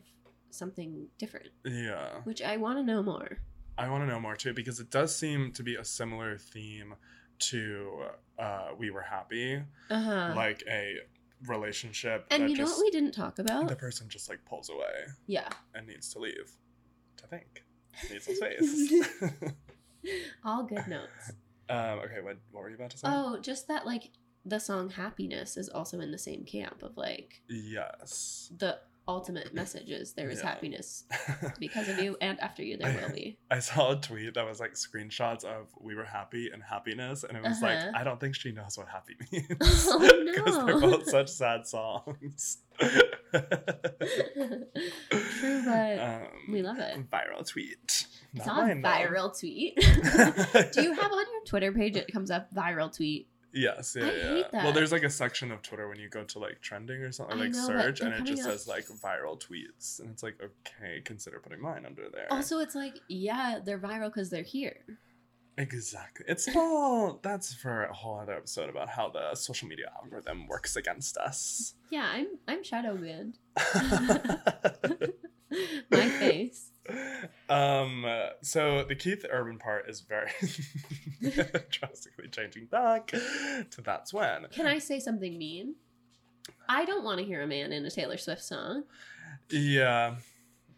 [SPEAKER 1] something different,
[SPEAKER 2] Yeah.
[SPEAKER 1] which I want to know more.
[SPEAKER 2] I want to know more too because it does seem to be a similar theme to uh, "We Were Happy,"
[SPEAKER 1] Uh huh.
[SPEAKER 2] like a relationship
[SPEAKER 1] and
[SPEAKER 2] that
[SPEAKER 1] you know
[SPEAKER 2] just
[SPEAKER 1] what we didn't talk about?
[SPEAKER 2] the person just like pulls away.
[SPEAKER 1] yeah,
[SPEAKER 2] and needs to leave to think. Needs
[SPEAKER 1] [laughs]
[SPEAKER 2] some space. [laughs]
[SPEAKER 1] all good notes.
[SPEAKER 2] um, okay, what, what were you about to say?
[SPEAKER 1] Oh, just that like the song "Happiness" is also in the same camp of like
[SPEAKER 2] Yes. [laughs]
[SPEAKER 1] the ultimate message is there is
[SPEAKER 2] Yeah.
[SPEAKER 1] happiness because of
[SPEAKER 2] [laughs]
[SPEAKER 1] you and after you there will be
[SPEAKER 2] I saw a tweet that was like screenshots of We Were Happy and Happiness, and it was
[SPEAKER 1] Uh-huh.
[SPEAKER 2] like, I don't think she knows what happy [laughs] means.
[SPEAKER 1] [laughs] Oh,
[SPEAKER 2] they're
[SPEAKER 1] no.
[SPEAKER 2] both such sad
[SPEAKER 1] [laughs]
[SPEAKER 2] songs.
[SPEAKER 1] true but we love it
[SPEAKER 2] Um, Viral tweet.
[SPEAKER 1] it's
[SPEAKER 2] Uh, Not
[SPEAKER 1] on
[SPEAKER 2] mine, though.
[SPEAKER 1] viral
[SPEAKER 2] [laughs]
[SPEAKER 1] tweet [laughs] do you have on your twitter page it comes up viral tweet
[SPEAKER 2] Yes,
[SPEAKER 1] I
[SPEAKER 2] yeah, yeah.
[SPEAKER 1] hate
[SPEAKER 2] Well,
[SPEAKER 1] that.
[SPEAKER 2] there's like a section of Twitter when you go to like trending or something, or,
[SPEAKER 1] I
[SPEAKER 2] like
[SPEAKER 1] know, but
[SPEAKER 2] search,
[SPEAKER 1] they're
[SPEAKER 2] and it
[SPEAKER 1] coming
[SPEAKER 2] just
[SPEAKER 1] up-
[SPEAKER 2] says like viral tweets, and it's like okay, consider putting mine under there.
[SPEAKER 1] also it's like yeah they're viral because they're here
[SPEAKER 2] exactly, it's all that's for a whole other episode about how the social media algorithm works against us. [laughs]
[SPEAKER 1] yeah i'm i'm shadow [laughs] banned my face
[SPEAKER 2] um. uh, So the Keith Urban part is very [laughs] drastically changing back to that's when.
[SPEAKER 1] can i say something mean i don't want to hear a man in a taylor swift song
[SPEAKER 2] Yeah,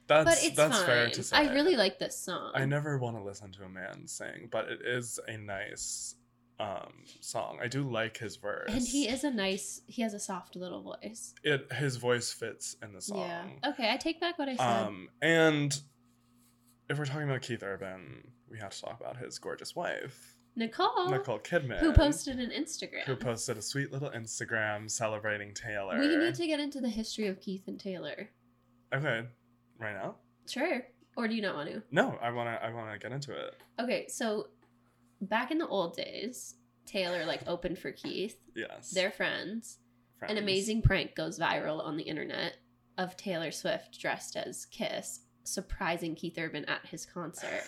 [SPEAKER 2] that's
[SPEAKER 1] but it's
[SPEAKER 2] that's
[SPEAKER 1] fine
[SPEAKER 2] fair to say.
[SPEAKER 1] i really like this song
[SPEAKER 2] I never want to listen to a man sing, but it is a nice um song. I do like his verse.
[SPEAKER 1] and he is a nice he has a soft little voice
[SPEAKER 2] it his voice fits in the song.
[SPEAKER 1] Yeah. Okay, I take back what I said.
[SPEAKER 2] Um and if we're talking about Keith Urban, we have to talk about his gorgeous wife,
[SPEAKER 1] Nicole,
[SPEAKER 2] Nicole Kidman.
[SPEAKER 1] who posted an Instagram.
[SPEAKER 2] who posted a sweet little Instagram celebrating Taylor.
[SPEAKER 1] we need to get into the history of Keith and Taylor.
[SPEAKER 2] Okay. Right now?
[SPEAKER 1] Sure. Or do you not want to?
[SPEAKER 2] No, I wanna I wanna get into it.
[SPEAKER 1] Okay, so back in the old days, Taylor like opened for Keith.
[SPEAKER 2] Yes.
[SPEAKER 1] They're friends.
[SPEAKER 2] friends.
[SPEAKER 1] An amazing prank goes viral on the internet of Taylor Swift dressed as Kiss surprising Keith Urban at his
[SPEAKER 2] [laughs]
[SPEAKER 1] concert.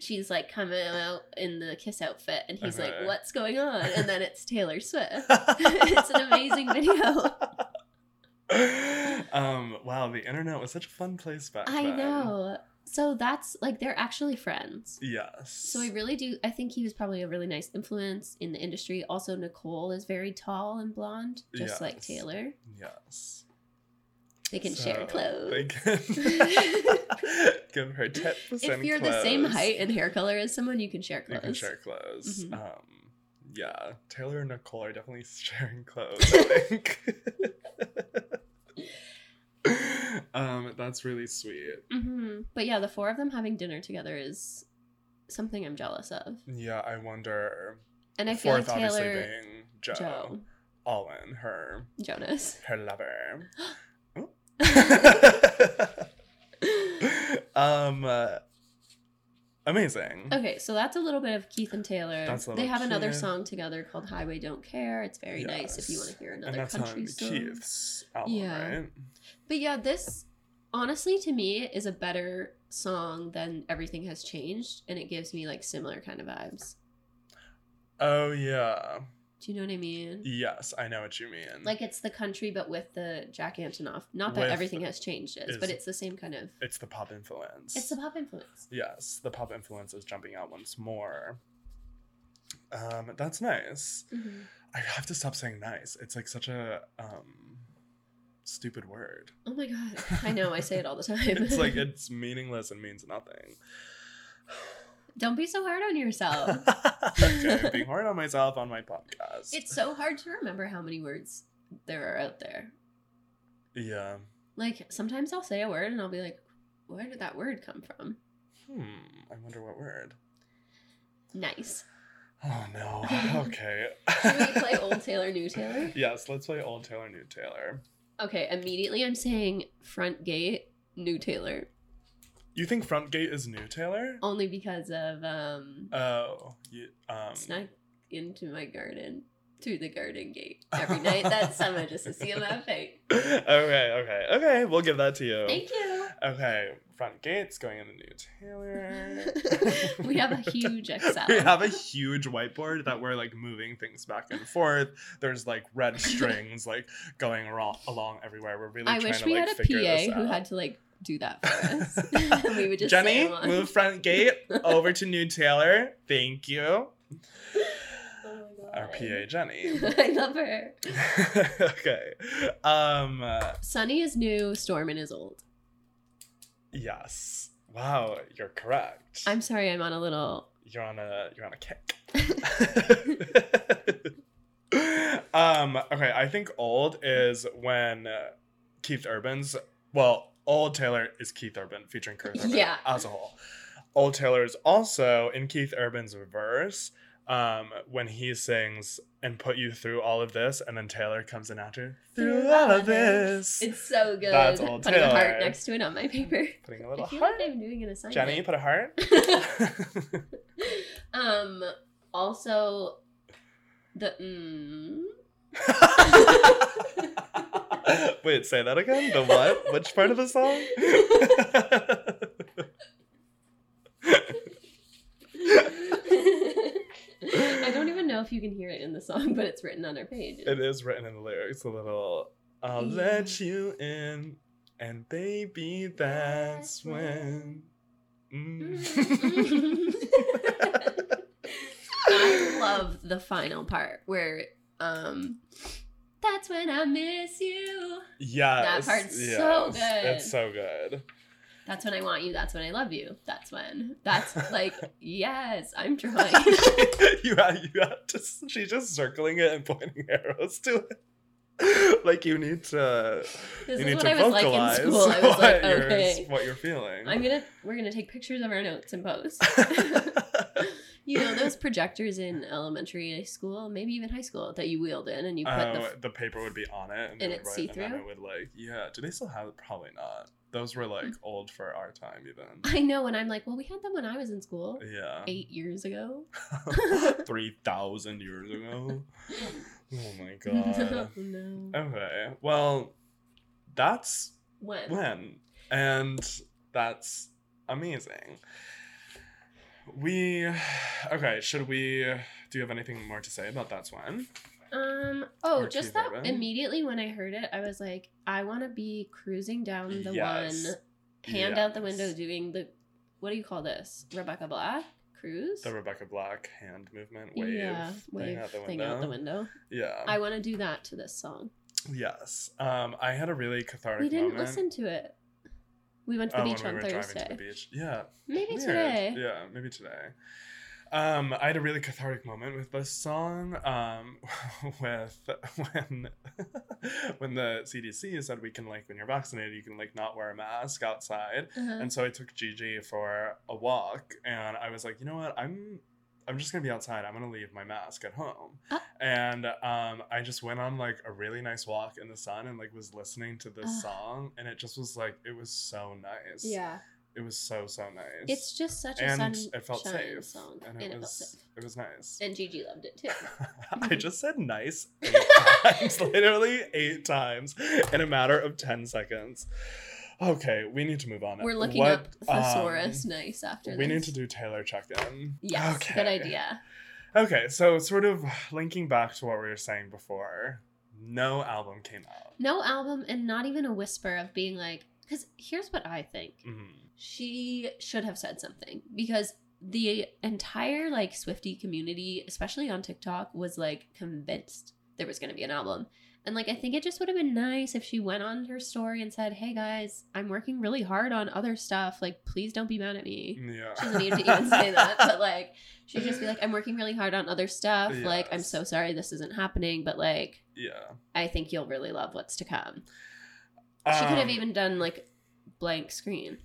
[SPEAKER 1] She's like coming out in the Kiss outfit and he's
[SPEAKER 2] Okay.
[SPEAKER 1] like, "What's going on?" And
[SPEAKER 2] [laughs]
[SPEAKER 1] then it's Taylor Swift. it's an amazing video.
[SPEAKER 2] I [laughs] Um, wow, the internet was such a fun place back
[SPEAKER 1] I
[SPEAKER 2] then.
[SPEAKER 1] know. So that's like they're actually friends.
[SPEAKER 2] Yes.
[SPEAKER 1] So I really do. I think he was probably a really nice influence in the industry. Also, Nicole is very tall and blonde, just like
[SPEAKER 2] Yes.
[SPEAKER 1] Taylor.
[SPEAKER 2] yes.
[SPEAKER 1] They can
[SPEAKER 2] So,
[SPEAKER 1] share clothes. [laughs]
[SPEAKER 2] They can [laughs] give her tips.
[SPEAKER 1] if
[SPEAKER 2] and
[SPEAKER 1] you're the same
[SPEAKER 2] clothes.
[SPEAKER 1] height and hair color as someone, you can share clothes.
[SPEAKER 2] you can share clothes.
[SPEAKER 1] Mhm.
[SPEAKER 2] Um, yeah, Taylor and Nicole are definitely [laughs] sharing clothes. I think. [laughs] um, that's really sweet.
[SPEAKER 1] hmm But yeah, the four of them having dinner together is something I'm jealous of,
[SPEAKER 2] Yeah, I wonder.
[SPEAKER 1] and I feel
[SPEAKER 2] Fourth,
[SPEAKER 1] like
[SPEAKER 2] obviously,
[SPEAKER 1] Taylor,
[SPEAKER 2] being Joe,
[SPEAKER 1] Joe,
[SPEAKER 2] all in her,
[SPEAKER 1] Jonas. [laughs] [gasps]
[SPEAKER 2] her lover. Oh.
[SPEAKER 1] okay,
[SPEAKER 2] [laughs] um, uh, amazing.
[SPEAKER 1] so that's a little bit of Keith and Taylor.
[SPEAKER 2] That's a little
[SPEAKER 1] they have another
[SPEAKER 2] Keith.
[SPEAKER 1] song together called "Highway Don't Care." It's very nice if you
[SPEAKER 2] Yes.
[SPEAKER 1] want to hear
[SPEAKER 2] And
[SPEAKER 1] another
[SPEAKER 2] that's
[SPEAKER 1] country
[SPEAKER 2] on
[SPEAKER 1] song.
[SPEAKER 2] Keith's album,
[SPEAKER 1] Yeah.
[SPEAKER 2] right?
[SPEAKER 1] But yeah, this honestly to me is a better song than Everything Has Changed, and it gives me like similar kind of vibes.
[SPEAKER 2] Oh yeah.
[SPEAKER 1] Do you know what I mean?
[SPEAKER 2] Yes, I know what you mean.
[SPEAKER 1] Like it's the country, but with the Jack Antonoff. Not that
[SPEAKER 2] With-
[SPEAKER 1] everything has changed is, but
[SPEAKER 2] is-
[SPEAKER 1] it's the same kind of.
[SPEAKER 2] it's the pop influence.
[SPEAKER 1] It's the pop influence.
[SPEAKER 2] yes, the pop influence is jumping out once more. Um, that's nice. I have to stop saying nice. It's like such a um stupid word.
[SPEAKER 1] Oh my god! I know I say it all the time. [laughs]
[SPEAKER 2] It's like it's meaningless and means nothing.
[SPEAKER 1] Don't be so hard on
[SPEAKER 2] [laughs]
[SPEAKER 1] yourself.
[SPEAKER 2] okay, I'm being hard on myself on my podcast.
[SPEAKER 1] Oh. it's so hard to remember how many words there are out there.
[SPEAKER 2] yeah.
[SPEAKER 1] Like sometimes I'll say a word and I'll be like, "Where did that word come from?"
[SPEAKER 2] Hmm. I wonder what word.
[SPEAKER 1] Nice.
[SPEAKER 2] Oh no.
[SPEAKER 1] [laughs]
[SPEAKER 2] Okay.
[SPEAKER 1] Should we
[SPEAKER 2] [laughs]
[SPEAKER 1] play old Taylor, new Taylor?
[SPEAKER 2] Yes, let's play old Taylor, new Taylor.
[SPEAKER 1] Okay, immediately I'm saying front gate, new Taylor,
[SPEAKER 2] You think front gate is new Taylor?
[SPEAKER 1] only because of um,
[SPEAKER 2] Oh, you, um,
[SPEAKER 1] snuck into my garden through the garden gate every night that summer just to see him have fate.
[SPEAKER 2] okay, okay, okay. We'll give that to you.
[SPEAKER 1] Thank [laughs] you.
[SPEAKER 2] Okay, front gates going into new Taylor.
[SPEAKER 1] [laughs] we have
[SPEAKER 2] [laughs]
[SPEAKER 1] a huge Excel.
[SPEAKER 2] We have a huge whiteboard that we're like moving things back and forth. There's like
[SPEAKER 1] [laughs]
[SPEAKER 2] red strings like going ro- along everywhere. We're really
[SPEAKER 1] I
[SPEAKER 2] trying
[SPEAKER 1] wish
[SPEAKER 2] to
[SPEAKER 1] we had
[SPEAKER 2] like
[SPEAKER 1] a
[SPEAKER 2] figure this
[SPEAKER 1] PA who
[SPEAKER 2] out.
[SPEAKER 1] had to like do that
[SPEAKER 2] [laughs]
[SPEAKER 1] for us. [laughs] we would just say
[SPEAKER 2] Jenny,
[SPEAKER 1] it on. [laughs]
[SPEAKER 2] move front gate over to New Taylor. Thank you.
[SPEAKER 1] Oh my
[SPEAKER 2] Our
[SPEAKER 1] God.
[SPEAKER 2] PA
[SPEAKER 1] [laughs]
[SPEAKER 2] Jenny. [laughs]
[SPEAKER 1] I love her.
[SPEAKER 2] okay. Um uh,
[SPEAKER 1] Sunny is new, Stormin is old.
[SPEAKER 2] yes. Wow, you're correct.
[SPEAKER 1] I'm sorry, I'm on a little.
[SPEAKER 2] you're on a you're on a [laughs] kick. um okay, I think old is when uh, Keith Urban's well, old Taylor is Keith Urban featuring Keith Urban
[SPEAKER 1] Yeah.
[SPEAKER 2] as a whole. Old Taylor is also in Keith Urban's verse um when he sings and put you through all of this and then Taylor comes in after through all of this.
[SPEAKER 1] It's so good.
[SPEAKER 2] That's old
[SPEAKER 1] Putting a
[SPEAKER 2] Taylor.
[SPEAKER 1] heart next to it on my paper.
[SPEAKER 2] Putting a
[SPEAKER 1] I
[SPEAKER 2] little
[SPEAKER 1] feel
[SPEAKER 2] heart.
[SPEAKER 1] like I'm doing an assignment.
[SPEAKER 2] Jenny, put a heart.
[SPEAKER 1] [laughs]
[SPEAKER 2] [laughs]
[SPEAKER 1] um. Also, the mm,
[SPEAKER 2] [laughs] Wait, say that again. The what? Which part of the
[SPEAKER 1] [laughs]
[SPEAKER 2] song?
[SPEAKER 1] I don't even know if you can hear it in the song, but it's written on our page.
[SPEAKER 2] it is written in the lyrics a little. I'll
[SPEAKER 1] Yeah.
[SPEAKER 2] let you in, and baby, that's when. Mm.
[SPEAKER 1] [laughs] I love the final part where um that's when I miss you.
[SPEAKER 2] [laughs] yes,
[SPEAKER 1] part's so good.
[SPEAKER 2] yes, It's so good.
[SPEAKER 1] That's when I want you. That's when I love you. That's when. That's like yes, I'm drawing.
[SPEAKER 2] [laughs] you have, you have to, she's just circling it and pointing [laughs] arrows to it. Like you need to,
[SPEAKER 1] This is
[SPEAKER 2] you need
[SPEAKER 1] what
[SPEAKER 2] to
[SPEAKER 1] I was like
[SPEAKER 2] vocalize
[SPEAKER 1] in
[SPEAKER 2] [laughs]
[SPEAKER 1] school. I was like,
[SPEAKER 2] what, you're,
[SPEAKER 1] okay,
[SPEAKER 2] what you're
[SPEAKER 1] [laughs]
[SPEAKER 2] feeling. [laughs]
[SPEAKER 1] I'm gonna we're gonna take pictures of our notes and post. you know those projectors in elementary school, maybe even high school, that you wheeled in and you put the
[SPEAKER 2] oh,
[SPEAKER 1] f-
[SPEAKER 2] the paper would be on it, and, it
[SPEAKER 1] and
[SPEAKER 2] would
[SPEAKER 1] it's
[SPEAKER 2] write- And then
[SPEAKER 1] see-through?
[SPEAKER 2] it would like, yeah. Do they still have it? Probably not. Those were like
[SPEAKER 1] Hmm.
[SPEAKER 2] old for our time,
[SPEAKER 1] [laughs]
[SPEAKER 2] even.
[SPEAKER 1] I know, and I'm like, well, we had them when I was in school
[SPEAKER 2] Yeah,
[SPEAKER 1] eight years
[SPEAKER 2] [laughs]
[SPEAKER 1] ago. [laughs]
[SPEAKER 2] three thousand years ago. Oh my
[SPEAKER 1] no, [laughs]
[SPEAKER 2] god. Um,
[SPEAKER 1] no.
[SPEAKER 2] Okay, well, that's
[SPEAKER 1] When?
[SPEAKER 2] when and that's amazing we okay should we do you have anything more to say about that's when
[SPEAKER 1] Um, Um. Oh,
[SPEAKER 2] Archie
[SPEAKER 1] just that
[SPEAKER 2] Bunker.
[SPEAKER 1] immediately when I heard it, I was like, I want to be cruising down the
[SPEAKER 2] Yes.
[SPEAKER 1] one, hand out the
[SPEAKER 2] Yes.
[SPEAKER 1] window, doing the, what do you call this? Rebecca Black cruise.
[SPEAKER 2] The Rebecca Black hand movement wave.
[SPEAKER 1] yeah, wave
[SPEAKER 2] thing out the window. Um,
[SPEAKER 1] thing out the window.
[SPEAKER 2] Yeah.
[SPEAKER 1] I want to do that to this song.
[SPEAKER 2] yes. Um, I had a really cathartic
[SPEAKER 1] We didn't
[SPEAKER 2] moment.
[SPEAKER 1] listen to it. We went to the
[SPEAKER 2] Oh, when
[SPEAKER 1] beach on Thursday.
[SPEAKER 2] the beach. Yeah.
[SPEAKER 1] Maybe
[SPEAKER 2] Weird.
[SPEAKER 1] today.
[SPEAKER 2] Yeah, maybe today. Um, I had a really cathartic moment with this song. Um, [laughs] with when [laughs] when the CDC said we can like when you're vaccinated you can like not wear a mask outside,
[SPEAKER 1] Uh-huh.
[SPEAKER 2] and so I took Gigi for a walk, and I was like, you know what, I'm I'm just gonna be outside. I'm gonna leave my mask at home,
[SPEAKER 1] Ah.
[SPEAKER 2] and um, I just went on like a really nice walk in the sun and like was listening to this
[SPEAKER 1] Ah.
[SPEAKER 2] song, and it just was like it was so nice.
[SPEAKER 1] Yeah.
[SPEAKER 2] It was so so nice.
[SPEAKER 1] It's just such a
[SPEAKER 2] and
[SPEAKER 1] sunshine
[SPEAKER 2] it felt safe.
[SPEAKER 1] song,
[SPEAKER 2] And it, was it was nice.
[SPEAKER 1] And Gigi loved it too.
[SPEAKER 2] [laughs] I just
[SPEAKER 1] [laughs]
[SPEAKER 2] said nice eight times, literally eight times in a matter of ten seconds. Okay, we need to move on.
[SPEAKER 1] We're looking
[SPEAKER 2] What,
[SPEAKER 1] up thesaurus
[SPEAKER 2] um,
[SPEAKER 1] nice after
[SPEAKER 2] we
[SPEAKER 1] this.
[SPEAKER 2] need to do Taylor check-in.
[SPEAKER 1] Yes, good idea.
[SPEAKER 2] Okay, so sort of linking back to what we were saying before, no album came out.
[SPEAKER 1] No album and not even a whisper of being like, because here's what I think.
[SPEAKER 2] Mhm.
[SPEAKER 1] She should have said something because the entire like Swifty community, especially on TikTok, was like convinced there was going to be an album. And like, I think it just would have been nice if she went on her story and said, Hey guys, I'm working really hard on other stuff. Like, please don't be mad at me.
[SPEAKER 2] Yeah.
[SPEAKER 1] She doesn't need to even say
[SPEAKER 2] [laughs]
[SPEAKER 1] that, but like she'd just be like, I'm working really hard on other stuff. Like, I'm
[SPEAKER 2] Yes.
[SPEAKER 1] so sorry this isn't happening, but like
[SPEAKER 2] yeah.
[SPEAKER 1] I think you'll really love what's to come. She could have
[SPEAKER 2] Um,
[SPEAKER 1] even done like blank screen.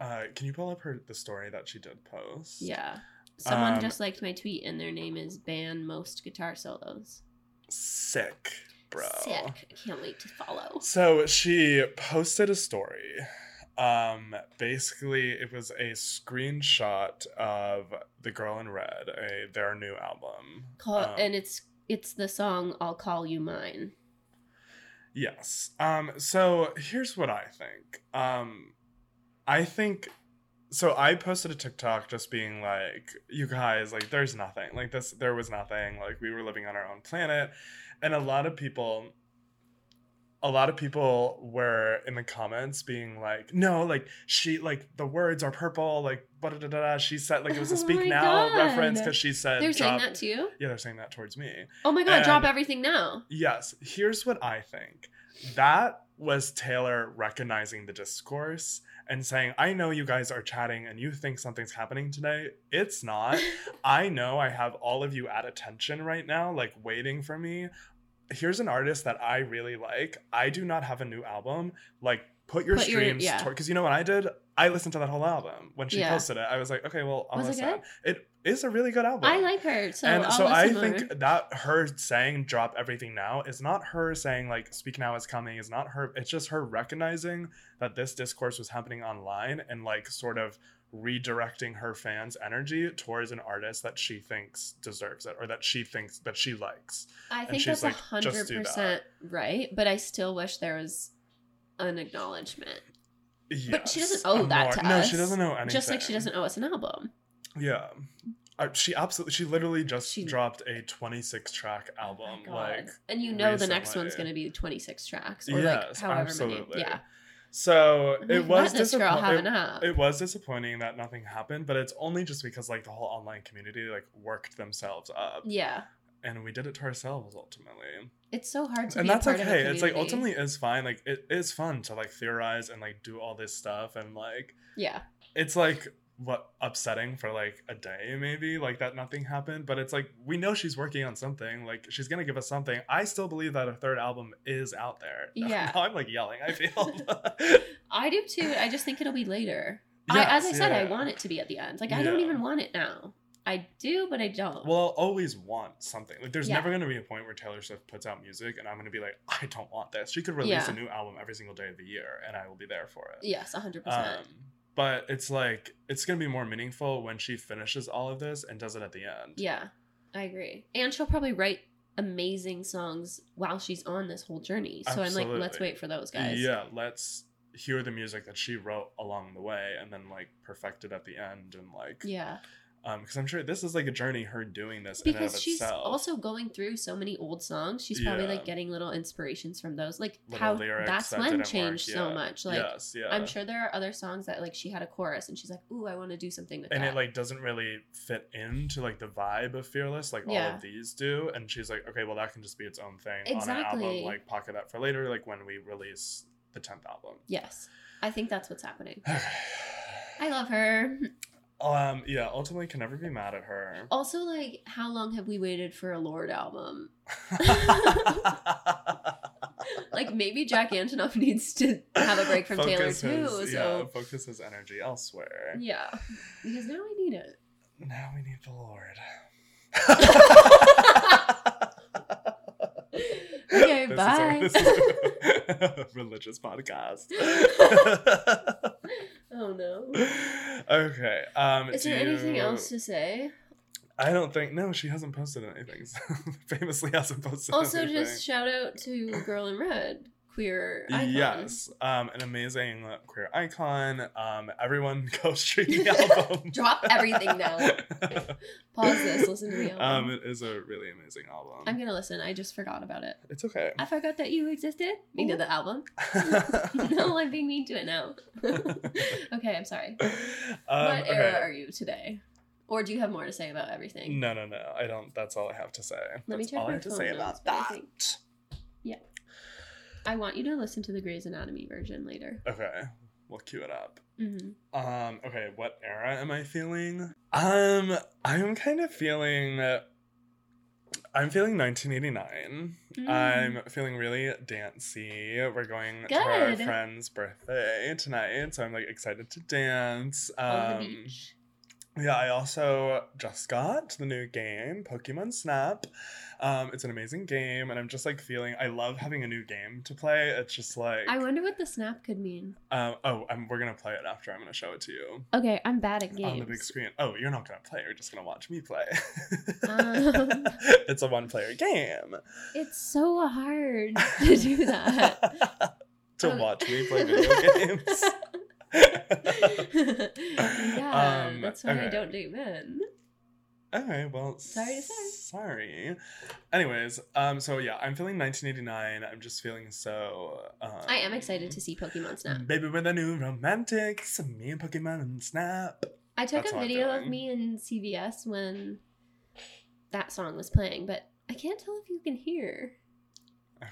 [SPEAKER 2] Uh, can you pull up her the story that she did post?
[SPEAKER 1] Yeah. Someone
[SPEAKER 2] um,
[SPEAKER 1] just liked my tweet and their name is Ban Most Guitar Solos.
[SPEAKER 2] Sick, bro.
[SPEAKER 1] Sick. I can't wait to follow.
[SPEAKER 2] So she posted a story. Um, basically, it was a screenshot of the girl in red, a their new album.
[SPEAKER 1] Call
[SPEAKER 2] Um,
[SPEAKER 1] and it's it's the song I'll Call You Mine.
[SPEAKER 2] Yes. Um, so here's what I think. Um, I think so. I posted a TikTok just being like, "You guys, like, there's nothing. Like this, there was nothing. Like we were living on our own planet," and a lot of people. A lot of people were in the comments being like, "No, like she, like the words are purple, like da da da da." She said, like it was a
[SPEAKER 1] Oh
[SPEAKER 2] "Speak
[SPEAKER 1] my
[SPEAKER 2] Now"
[SPEAKER 1] God.
[SPEAKER 2] reference because she said,
[SPEAKER 1] They're saying
[SPEAKER 2] uh, drop-
[SPEAKER 1] that to you?
[SPEAKER 2] Yeah, they're saying that towards me.
[SPEAKER 1] Oh my god, drop
[SPEAKER 2] And-
[SPEAKER 1] everything now.
[SPEAKER 2] Yes, here's what I think. That was Taylor recognizing the discourse and saying, I know you guys are chatting and you think something's happening today. It's not. I know I have all of you at attention right now, like waiting for me. Here's an artist that I really like. I do not have a new album. Like, put your
[SPEAKER 1] Put your-
[SPEAKER 2] streams
[SPEAKER 1] yeah.
[SPEAKER 2] toward. Because you know what I did? I listened to that whole album when she
[SPEAKER 1] Yeah.
[SPEAKER 2] posted it. I was like, okay, well, I'll
[SPEAKER 1] Was it
[SPEAKER 2] listen. It is a really good album
[SPEAKER 1] [laughs] I like her, so
[SPEAKER 2] and
[SPEAKER 1] I'll
[SPEAKER 2] so I
[SPEAKER 1] listen more.
[SPEAKER 2] think that her saying drop everything now is not her saying like speak now is coming is not her it's just her recognizing that this discourse was happening online and like sort of redirecting her fans energy towards an artist that she thinks deserves it or that she thinks that she likes.
[SPEAKER 1] I think
[SPEAKER 2] she's
[SPEAKER 1] that's
[SPEAKER 2] like,
[SPEAKER 1] hundred
[SPEAKER 2] "Just do
[SPEAKER 1] percent right, but I still wish there was an acknowledgement. But she doesn't
[SPEAKER 2] Yes,
[SPEAKER 1] owe
[SPEAKER 2] a
[SPEAKER 1] that
[SPEAKER 2] more-
[SPEAKER 1] to
[SPEAKER 2] No,
[SPEAKER 1] us,
[SPEAKER 2] she doesn't owe anything.
[SPEAKER 1] Just like she doesn't owe us an album.
[SPEAKER 2] Yeah. Uh, she absolutely she literally just
[SPEAKER 1] She- Oh
[SPEAKER 2] dropped a 26 track album
[SPEAKER 1] God.
[SPEAKER 2] like
[SPEAKER 1] and you know the next
[SPEAKER 2] recently.
[SPEAKER 1] one's going to be 26 tracks or like
[SPEAKER 2] Yes,
[SPEAKER 1] however
[SPEAKER 2] absolutely.
[SPEAKER 1] many. Yeah.
[SPEAKER 2] so
[SPEAKER 1] I'm
[SPEAKER 2] it
[SPEAKER 1] like,
[SPEAKER 2] was
[SPEAKER 1] let this girl
[SPEAKER 2] disappoint-
[SPEAKER 1] have
[SPEAKER 2] it-
[SPEAKER 1] an app.
[SPEAKER 2] it was disappointing that nothing happened but it's only just because like the whole online community like worked themselves up
[SPEAKER 1] yeah.
[SPEAKER 2] and we did it to ourselves ultimately
[SPEAKER 1] It's so hard to
[SPEAKER 2] and
[SPEAKER 1] be a
[SPEAKER 2] that's
[SPEAKER 1] part of a
[SPEAKER 2] okay it's like
[SPEAKER 1] community.
[SPEAKER 2] ultimately it's fine like it is fun to like theorize and like do all this stuff and like
[SPEAKER 1] Yeah.
[SPEAKER 2] it's like what upsetting for like a day maybe like that nothing happened but it's like we know she's working on something like she's gonna give us something i still believe that a third album is out there [laughs]
[SPEAKER 1] Yeah.
[SPEAKER 2] now i'm like yelling i feel
[SPEAKER 1] [laughs]
[SPEAKER 2] [laughs]
[SPEAKER 1] I do too. I just think it'll be later. I, as I
[SPEAKER 2] Yes,
[SPEAKER 1] said, I
[SPEAKER 2] yeah.
[SPEAKER 1] want it to be at the end. Like, I don't
[SPEAKER 2] Yeah.
[SPEAKER 1] even want it now. I do, but I don't.
[SPEAKER 2] Well, I'll always want something. Like, there's
[SPEAKER 1] Yeah.
[SPEAKER 2] never going to be a point where Taylor Swift puts out music and I'm going to be like, I don't want this. She could release
[SPEAKER 1] Yeah.
[SPEAKER 2] a new album every single day of the year and I will be there for it.
[SPEAKER 1] yes, 100%.
[SPEAKER 2] Um, but it's like, it's going to be more meaningful when she finishes all of this and does it at the end.
[SPEAKER 1] yeah. I agree. And she'll probably write amazing songs while she's on this whole journey. So I'm like, let's
[SPEAKER 2] Absolutely.
[SPEAKER 1] wait for those guys.
[SPEAKER 2] Yeah, let's hear the music that she wrote along the way and then like perfect it at the end and like
[SPEAKER 1] Yeah.
[SPEAKER 2] Um, because I'm sure this is like a journey her doing this in and
[SPEAKER 1] because
[SPEAKER 2] of
[SPEAKER 1] she's
[SPEAKER 2] itself.
[SPEAKER 1] also going through so many old songs. She's probably
[SPEAKER 2] Yeah.
[SPEAKER 1] like getting little inspirations from those. Like
[SPEAKER 2] Little
[SPEAKER 1] how
[SPEAKER 2] lyrics
[SPEAKER 1] that's
[SPEAKER 2] that
[SPEAKER 1] when
[SPEAKER 2] didn't
[SPEAKER 1] changed
[SPEAKER 2] work,
[SPEAKER 1] so
[SPEAKER 2] yeah.
[SPEAKER 1] much. Like
[SPEAKER 2] yes, yeah.
[SPEAKER 1] I'm sure there are other songs that like she had a chorus and she's like, "Ooh, I want to do something with
[SPEAKER 2] and
[SPEAKER 1] that."
[SPEAKER 2] it like doesn't really fit into like the vibe of fearless like all
[SPEAKER 1] Yeah.
[SPEAKER 2] of these do and she's like okay well that can just be its own thing on an
[SPEAKER 1] Exactly.
[SPEAKER 2] album like pocket that for later like when we release the 10th album
[SPEAKER 1] yes, I think that's what's happening.
[SPEAKER 2] Okay.
[SPEAKER 1] I love her.
[SPEAKER 2] [sighs] um yeah ultimately can never be mad
[SPEAKER 1] [laughs]
[SPEAKER 2] at her
[SPEAKER 1] Also, like, how long have we waited for a Lord album? Oh.
[SPEAKER 2] [laughs]
[SPEAKER 1] [laughs] Like, maybe Jack Antonoff needs to have a break from Taylor
[SPEAKER 2] Focus
[SPEAKER 1] too.
[SPEAKER 2] his- yeah
[SPEAKER 1] So
[SPEAKER 2] focus his energy elsewhere
[SPEAKER 1] yeah, because now I need
[SPEAKER 2] [laughs]
[SPEAKER 1] it.
[SPEAKER 2] now we need the lord
[SPEAKER 1] Okay,
[SPEAKER 2] This is our-
[SPEAKER 1] bye.
[SPEAKER 2] this is our [laughs] religious podcast
[SPEAKER 1] [laughs] oh no.
[SPEAKER 2] okay. Um,
[SPEAKER 1] Is
[SPEAKER 2] do
[SPEAKER 1] there anything
[SPEAKER 2] you-
[SPEAKER 1] else to
[SPEAKER 2] [laughs]
[SPEAKER 1] say?
[SPEAKER 2] I don't think. No, she hasn't posted anything. [laughs] So famously hasn't posted.
[SPEAKER 1] Also,
[SPEAKER 2] anything.
[SPEAKER 1] just shout out to Girl in Red, queer icon.
[SPEAKER 2] Yes, um, an amazing queer icon. Um, everyone [laughs] go stream
[SPEAKER 1] [laughs]
[SPEAKER 2] the album.
[SPEAKER 1] Drop everything now.
[SPEAKER 2] [laughs]
[SPEAKER 1] Pause this. Listen to the album.
[SPEAKER 2] Um, it is a really amazing album.
[SPEAKER 1] I'm gonna listen. I just forgot about it. [laughs]
[SPEAKER 2] it's okay. [laughs]
[SPEAKER 1] I forgot that you existed. Mean to the album. no, I'm being mean to it
[SPEAKER 2] [laughs]
[SPEAKER 1] now. [laughs] okay, I'm sorry.
[SPEAKER 2] um,
[SPEAKER 1] what era
[SPEAKER 2] okay.
[SPEAKER 1] are you today? Or do you have more to say about everything?
[SPEAKER 2] No, no, no. I don't. That's all I have to say.
[SPEAKER 1] Let me
[SPEAKER 2] That's
[SPEAKER 1] check
[SPEAKER 2] all I
[SPEAKER 1] my
[SPEAKER 2] have to
[SPEAKER 1] phone
[SPEAKER 2] say
[SPEAKER 1] notes,
[SPEAKER 2] about
[SPEAKER 1] but I
[SPEAKER 2] that.
[SPEAKER 1] think- I want you to listen to the Grey's Anatomy version later.
[SPEAKER 2] Okay, we'll cue it up.
[SPEAKER 1] hmm
[SPEAKER 2] Um, okay, what era am I feeling? Um, I'm kind of feeling I'm feeling 1989. I'm feeling really dancey. We're going to our
[SPEAKER 1] Mm. Good.
[SPEAKER 2] friend's birthday tonight, so I'm like excited to dance. Um
[SPEAKER 1] Mm-hmm. on the beach.
[SPEAKER 2] yeah, I also just got the new game, Pokemon Snap. Um, it's an amazing game, and I'm just like feeling I love having a new game to play. It's just like
[SPEAKER 1] I wonder what the snap could mean.
[SPEAKER 2] um, oh, I'm, we're gonna play it after. I'm gonna show it to you
[SPEAKER 1] Okay, I'm bad at games.
[SPEAKER 2] on the big screen. Oh, you're not gonna play. You're just gonna watch me play.
[SPEAKER 1] Um.
[SPEAKER 2] [laughs] it's a
[SPEAKER 1] [laughs]
[SPEAKER 2] one-player game.
[SPEAKER 1] It's so
[SPEAKER 2] [laughs]
[SPEAKER 1] hard to do that.
[SPEAKER 2] to
[SPEAKER 1] Um,
[SPEAKER 2] watch me
[SPEAKER 1] [laughs]
[SPEAKER 2] play video games.
[SPEAKER 1] yeah,
[SPEAKER 2] [laughs] Um,
[SPEAKER 1] that's why I
[SPEAKER 2] okay.
[SPEAKER 1] don't date men.
[SPEAKER 2] okay, well,
[SPEAKER 1] Sorry to say.
[SPEAKER 2] Sorry. Anyways, um, so yeah, I'm feeling 1989. I'm just feeling so. Um,
[SPEAKER 1] I am excited to see Pokemon Snap.
[SPEAKER 2] Baby, we're the new romantics. Me and Pokemon and Snap.
[SPEAKER 1] I took
[SPEAKER 2] That's
[SPEAKER 1] a
[SPEAKER 2] how I'm
[SPEAKER 1] video of
[SPEAKER 2] feeling.
[SPEAKER 1] me in CVS when that song was playing, but I can't tell if you can hear.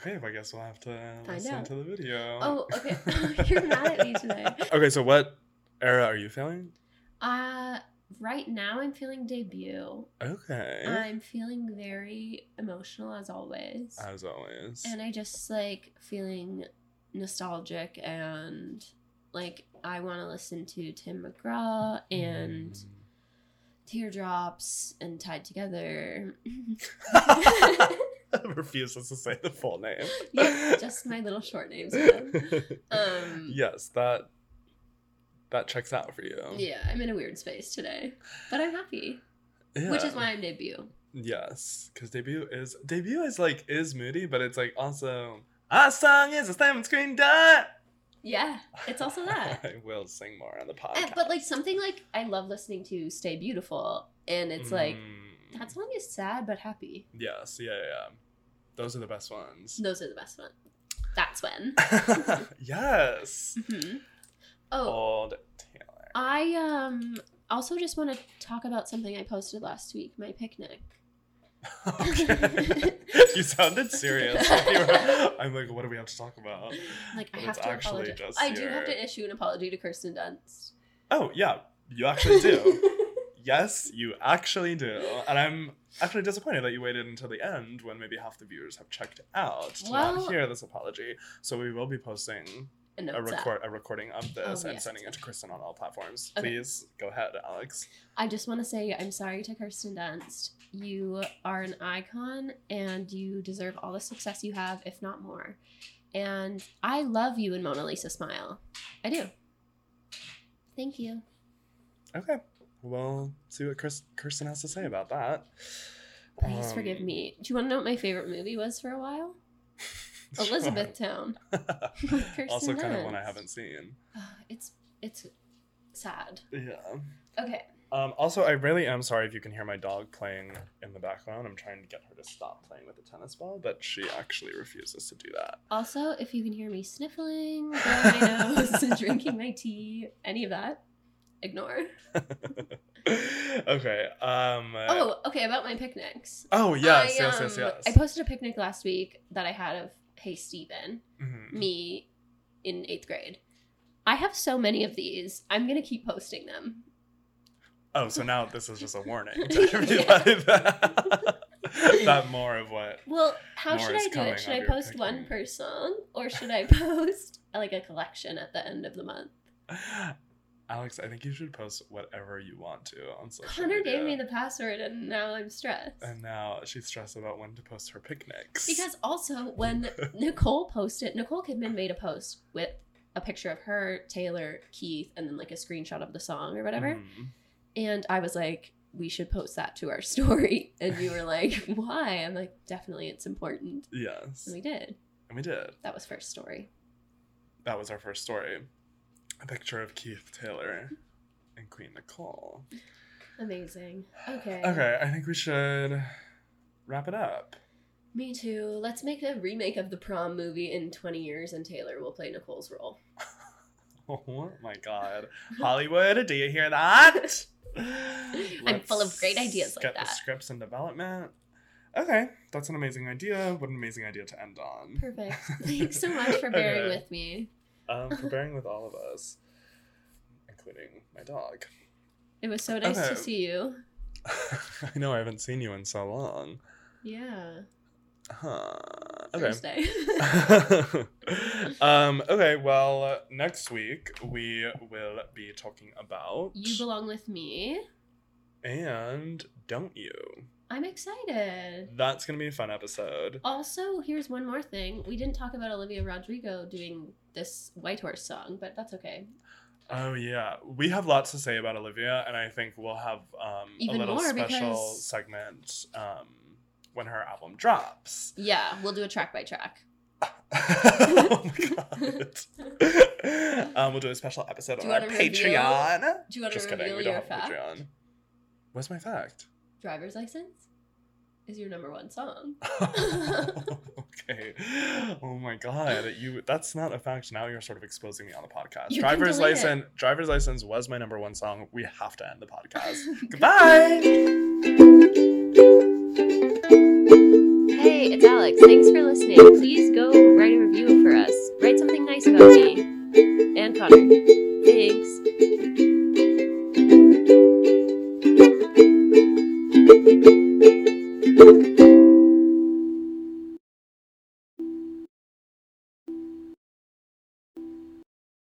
[SPEAKER 2] Okay, well, I guess we'll have to
[SPEAKER 1] Find
[SPEAKER 2] listen
[SPEAKER 1] out.
[SPEAKER 2] to the video.
[SPEAKER 1] Oh,
[SPEAKER 2] [laughs]
[SPEAKER 1] okay. [laughs] You're mad at me today.
[SPEAKER 2] Okay, so what era are you feeling?
[SPEAKER 1] Uh right now I'm feeling debut.
[SPEAKER 2] Okay.
[SPEAKER 1] I'm feeling very emotional as always.
[SPEAKER 2] As always.
[SPEAKER 1] and I just like feeling nostalgic and like I want to listen to Tim McGraw and
[SPEAKER 2] Mm.
[SPEAKER 1] Teardrops and Tied
[SPEAKER 2] [laughs]
[SPEAKER 1] Together. [laughs]
[SPEAKER 2] Mm. refuses to say the full name.
[SPEAKER 1] yeah, just my little short names. for them. [laughs] Um,
[SPEAKER 2] yes, that that checks out for you.
[SPEAKER 1] Yeah, I'm in a weird space today, but I'm happy, which is
[SPEAKER 2] Yeah.
[SPEAKER 1] why I'm debut.
[SPEAKER 2] Yes, because debut is debut is like is moody, but it's like also our song is a seven screen dot.
[SPEAKER 1] Yeah, it's
[SPEAKER 2] [laughs]
[SPEAKER 1] also that.
[SPEAKER 2] I will sing more on the podcast.
[SPEAKER 1] And- but like something like I love listening to "Stay Beautiful," and it's like
[SPEAKER 2] Mm.
[SPEAKER 1] that song is sad but happy.
[SPEAKER 2] yes, yeah, yeah, yeah. Those are the best ones.
[SPEAKER 1] Those are the best ones. That's when.
[SPEAKER 2] [laughs]
[SPEAKER 1] [laughs]
[SPEAKER 2] yes.
[SPEAKER 1] Mhm. Oh,
[SPEAKER 2] Old Taylor.
[SPEAKER 1] I um also just want to talk about something I posted last week, my
[SPEAKER 2] [gasps]
[SPEAKER 1] picnic.
[SPEAKER 2] Okay. [laughs] you sounded serious. [laughs] You were- I'm like, what do we have to talk about?
[SPEAKER 1] Like I
[SPEAKER 2] But
[SPEAKER 1] have
[SPEAKER 2] it's
[SPEAKER 1] to
[SPEAKER 2] actually
[SPEAKER 1] apologize.
[SPEAKER 2] just
[SPEAKER 1] I do have
[SPEAKER 2] your-
[SPEAKER 1] to issue an apology to Kirsten Dunst.
[SPEAKER 2] Oh yeah, you actually do. [laughs] yes, you actually do. And I'm actually disappointed that you waited until the end when maybe half the viewers have checked out to
[SPEAKER 1] Well-
[SPEAKER 2] not hear this apology. So we will be posting
[SPEAKER 1] [laughs] And
[SPEAKER 2] a
[SPEAKER 1] notes app.
[SPEAKER 2] record a recording of this
[SPEAKER 1] Oh,
[SPEAKER 2] and
[SPEAKER 1] yes.
[SPEAKER 2] sending it to Kristen on all platforms.
[SPEAKER 1] Okay.
[SPEAKER 2] Please go ahead, Alex.
[SPEAKER 1] I just want to say I'm sorry to Kirsten Dunst. You are an icon and you deserve all the success you have, if not more. And I love you in Mona Lisa Smile. I do. Thank you.
[SPEAKER 2] Okay. We'll see what Chris, Kirsten has to say about that.
[SPEAKER 1] Please
[SPEAKER 2] Um,
[SPEAKER 1] forgive
[SPEAKER 2] [laughs]
[SPEAKER 1] me. Do you want to know what my favorite movie was for a while? [sighs] Elizabethtown.
[SPEAKER 2] Sure.
[SPEAKER 1] Kirsten
[SPEAKER 2] also, kind of one I
[SPEAKER 1] Dunst.
[SPEAKER 2] haven't seen.
[SPEAKER 1] Ah, it's it's sad.
[SPEAKER 2] Yeah.
[SPEAKER 1] Okay,
[SPEAKER 2] Um, also, I really am sorry if you can hear my dog playing in the background. I'm trying to get her to stop playing with the tennis ball, but she actually refuses to do that. [laughs]
[SPEAKER 1] Also, if you can hear me sniffling, [laughs] blowing my nose, drinking my tea, any of that, ignore.
[SPEAKER 2] okay. Um,
[SPEAKER 1] Oh, okay, about my picnics.
[SPEAKER 2] oh, yes,
[SPEAKER 1] I,
[SPEAKER 2] yes, yes,
[SPEAKER 1] um,
[SPEAKER 2] yes.
[SPEAKER 1] I posted a picnic last week that I had of Hey Steven,
[SPEAKER 2] Mhm.
[SPEAKER 1] me in eighth grade. I have so many of these. I'm gonna keep posting them.
[SPEAKER 2] Oh, so now this is just a
[SPEAKER 1] [laughs]
[SPEAKER 2] warning [laughs] to everybody that, [laughs] that more of what.
[SPEAKER 1] Well, how
[SPEAKER 2] More
[SPEAKER 1] should
[SPEAKER 2] is
[SPEAKER 1] I do
[SPEAKER 2] coming
[SPEAKER 1] it? Should
[SPEAKER 2] of
[SPEAKER 1] I
[SPEAKER 2] your
[SPEAKER 1] post one
[SPEAKER 2] picnic.
[SPEAKER 1] per song or should I [laughs] post like a collection at the end of the month?
[SPEAKER 2] Alex, I think you should post whatever you want to on social
[SPEAKER 1] Connor
[SPEAKER 2] media.
[SPEAKER 1] gave me the password and now I'm stressed.
[SPEAKER 2] And now she's stressed about when to post her picnics.
[SPEAKER 1] Because also
[SPEAKER 2] [laughs]
[SPEAKER 1] when Nicole posted, Nicole Kidman made a post with a picture of her, Taylor, Keith, and then like a screenshot of the song or whatever.
[SPEAKER 2] Mhm.
[SPEAKER 1] And I was like, we should post that to our [laughs] story. And you were like, why? I'm like, definitely it's important.
[SPEAKER 2] Yes.
[SPEAKER 1] And we did.
[SPEAKER 2] And we did.
[SPEAKER 1] That was first story.
[SPEAKER 2] That was our first story. A picture of Keith Taylor and Queen Nicole.
[SPEAKER 1] Amazing. Okay.
[SPEAKER 2] Okay, I think we should wrap it up. [laughs]
[SPEAKER 1] Me too. Let's make a remake of the prom movie in 20 years and Taylor will play Nicole's role.
[SPEAKER 2] Oh my god. Hollywood, do you hear that?
[SPEAKER 1] [laughs] I'm full of great ideas like
[SPEAKER 2] get
[SPEAKER 1] that.
[SPEAKER 2] the scripts in development. Okay, that's an amazing idea. What an amazing idea to end on. [laughs]
[SPEAKER 1] Perfect. Thanks so much for bearing
[SPEAKER 2] Okay.
[SPEAKER 1] with me. [laughs]
[SPEAKER 2] Um, for bearing with all of us, including my dog. [laughs]
[SPEAKER 1] It was so nice to
[SPEAKER 2] Okay.
[SPEAKER 1] see you.
[SPEAKER 2] I know I haven't seen you in so long.
[SPEAKER 1] Yeah.
[SPEAKER 2] Huh. Okay. [laughs]
[SPEAKER 1] Thursday.
[SPEAKER 2] um, okay, well, next week we will be talking about
[SPEAKER 1] you belong with me.
[SPEAKER 2] and don't you.
[SPEAKER 1] I'm excited.
[SPEAKER 2] That's going to be a fun episode.
[SPEAKER 1] Also, here's one more thing. We didn't talk about Olivia Rodrigo doing this White Horse song, but that's okay.
[SPEAKER 2] Oh, yeah. We have lots to say about Olivia, and I think we'll have um, a
[SPEAKER 1] Even
[SPEAKER 2] little
[SPEAKER 1] more
[SPEAKER 2] special
[SPEAKER 1] because-
[SPEAKER 2] segment um, when her album drops. [laughs]
[SPEAKER 1] Yeah, we'll do a track by track.
[SPEAKER 2] oh
[SPEAKER 1] [laughs]
[SPEAKER 2] my god. um, we'll do a special episode
[SPEAKER 1] Do
[SPEAKER 2] on
[SPEAKER 1] you
[SPEAKER 2] our
[SPEAKER 1] wanna reveal-
[SPEAKER 2] Patreon.
[SPEAKER 1] Do you want
[SPEAKER 2] Just
[SPEAKER 1] to
[SPEAKER 2] kidding.
[SPEAKER 1] reveal
[SPEAKER 2] We don't
[SPEAKER 1] your
[SPEAKER 2] have a
[SPEAKER 1] fact?
[SPEAKER 2] Patreon. What's my fact?
[SPEAKER 1] Driver's license is your number one song.
[SPEAKER 2] [laughs] okay. Oh my god. You that's not a fact. Now you're sort of exposing me on the podcast.
[SPEAKER 1] You can
[SPEAKER 2] driver's
[SPEAKER 1] delete it.
[SPEAKER 2] license driver's license was my number one song. We have to end
[SPEAKER 1] [laughs]
[SPEAKER 2] the podcast. Goodbye.
[SPEAKER 1] Hey, it's Alex. Thanks for listening. Please go write a review for us. Write something nice about me.